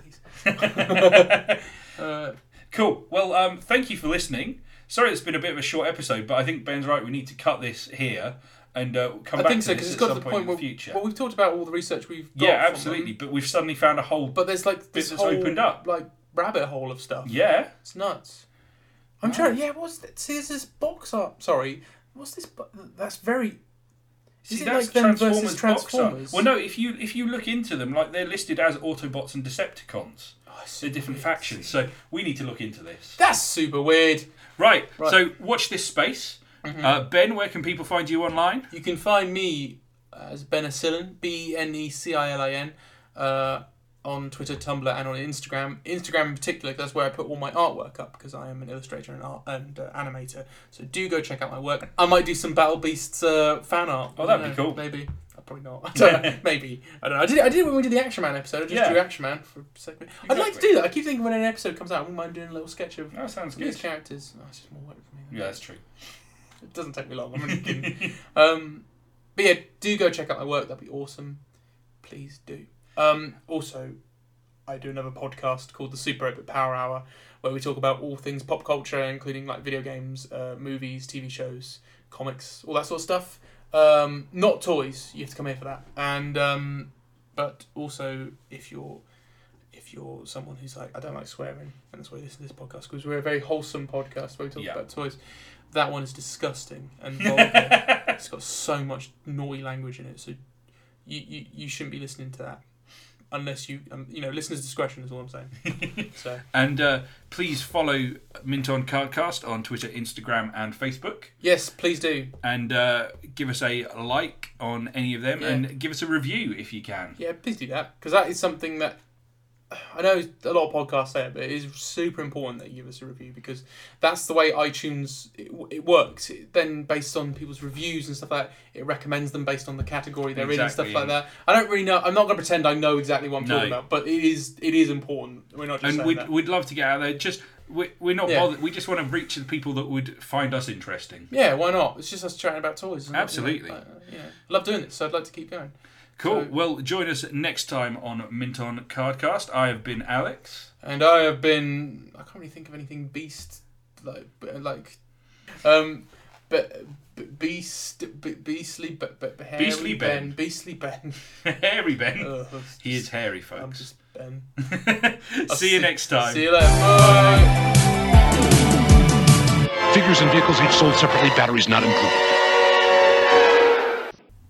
Speaker 2: a piece. Uh,
Speaker 1: Cool. Well, um, thank you for listening. Sorry, it's been a bit of a short episode, but I think Ben's right. We need to cut this here and uh, come
Speaker 2: I
Speaker 1: back
Speaker 2: think so
Speaker 1: to
Speaker 2: because
Speaker 1: this
Speaker 2: it's
Speaker 1: at
Speaker 2: got to
Speaker 1: some
Speaker 2: the
Speaker 1: point,
Speaker 2: point
Speaker 1: in the
Speaker 2: where
Speaker 1: future.
Speaker 2: well we've talked about all the research we've got.
Speaker 1: yeah,
Speaker 2: from
Speaker 1: absolutely.
Speaker 2: them,
Speaker 1: But we've suddenly found a whole.
Speaker 2: but there's like this
Speaker 1: that's
Speaker 2: whole
Speaker 1: opened up.
Speaker 2: like rabbit hole of stuff.
Speaker 1: yeah.
Speaker 2: It's nuts. I'm trying. Yeah, what's that? See, there's this box art. Sorry, what's this? bo- That's very.
Speaker 1: See,
Speaker 2: Is it
Speaker 1: that's
Speaker 2: like them
Speaker 1: Transformers
Speaker 2: versus
Speaker 1: box art.
Speaker 2: Transformers?
Speaker 1: Well, no. If you if you look into them, like they're listed as Autobots and Decepticons.
Speaker 2: Oh,
Speaker 1: They're different factions. So we need to look into this.
Speaker 2: That's super weird.
Speaker 1: Right.
Speaker 2: Right. Mm-hmm.
Speaker 1: So watch this space. Uh, ben, where can people find you online?
Speaker 2: You can find me as Benacillin, B N E C I L I N, uh, on Twitter, Tumblr, and on Instagram. Instagram in particular, 'cause that's where I put all my artwork up because I am an illustrator and art and uh, animator. So do go check out my work. I might do some Battle Beasts uh, fan art.
Speaker 1: Oh,
Speaker 2: I don't
Speaker 1: that'd be
Speaker 2: know,
Speaker 1: cool.
Speaker 2: Maybe. Uh, Probably not. I don't know. Maybe. I don't know. I did, it- I did it when we did the Action Man episode. I just
Speaker 1: Yeah.
Speaker 2: drew Action Man for a second. I'd like to
Speaker 1: Exactly.
Speaker 2: do that. I keep thinking when an episode comes out, I wouldn't mind doing a little sketch of
Speaker 1: That sounds
Speaker 2: these
Speaker 1: good.
Speaker 2: characters. Oh, it's just more work for me.
Speaker 1: Yeah, that's true.
Speaker 2: It doesn't take me long. I'm only kidding. um, but yeah, do go check out my work. That'd be awesome. Please do. Um, also, I do another podcast called the Super Open Power Hour, where we talk about all things pop culture, including like video games, uh, movies, TV shows, comics, all that sort of stuff. Um, not toys. You have to come here for that. And um, but also, if you're if you're someone who's like, I don't like swearing, and that's why I listen to this podcast because we're a very wholesome podcast where we talk
Speaker 1: Yeah.
Speaker 2: about toys. That one is disgusting and vulgar. it's got so much naughty language in it, so you, you, you shouldn't be listening to that unless you um, you know listeners' discretion is all I'm saying. so
Speaker 1: And uh, please follow Mint on Cardcast on Twitter, Instagram, and Facebook.
Speaker 2: yes, please do.
Speaker 1: And uh, give us a like on any of them,
Speaker 2: Yeah.
Speaker 1: and give us a review if you can.
Speaker 2: Yeah, please do that because that is something that I know a lot of podcasts say it, but it is super important that you give us a review because that's the way iTunes it, it works. It, then based on people's reviews and stuff like that, it recommends them based on the category they're in and stuff
Speaker 1: Exactly,
Speaker 2: like that. I don't really know. I'm not going to pretend I know exactly what I'm
Speaker 1: No.
Speaker 2: talking about, but it is it is important. We're not just
Speaker 1: and
Speaker 2: saying
Speaker 1: we'd,
Speaker 2: that.
Speaker 1: we'd love to get out there. Just we, we're not
Speaker 2: Yeah.
Speaker 1: bothered. We just want to reach the people that would find us interesting.
Speaker 2: Yeah, why not? It's just us chatting about toys. isn't it?
Speaker 1: Absolutely.
Speaker 2: You know, like, uh, yeah, I love doing this, so I'd like to keep going.
Speaker 1: Cool.
Speaker 2: So-
Speaker 1: well, join us next time on Mint on Cardcast. I have been Alex.
Speaker 2: And I have been. I can't really think of anything beast like but, like, um, but beast be, beastly but but hairy
Speaker 1: Beastly Ben.
Speaker 2: beastly Ben.
Speaker 1: hairy Ben.
Speaker 2: Ugh, it's
Speaker 1: he is
Speaker 2: just-
Speaker 1: hairy,
Speaker 2: Uh, I'm
Speaker 1: folks.
Speaker 2: just Ben.
Speaker 1: see, you next time.
Speaker 2: See you later. Bye.
Speaker 3: Figures and vehicles each sold separately, batteries not included.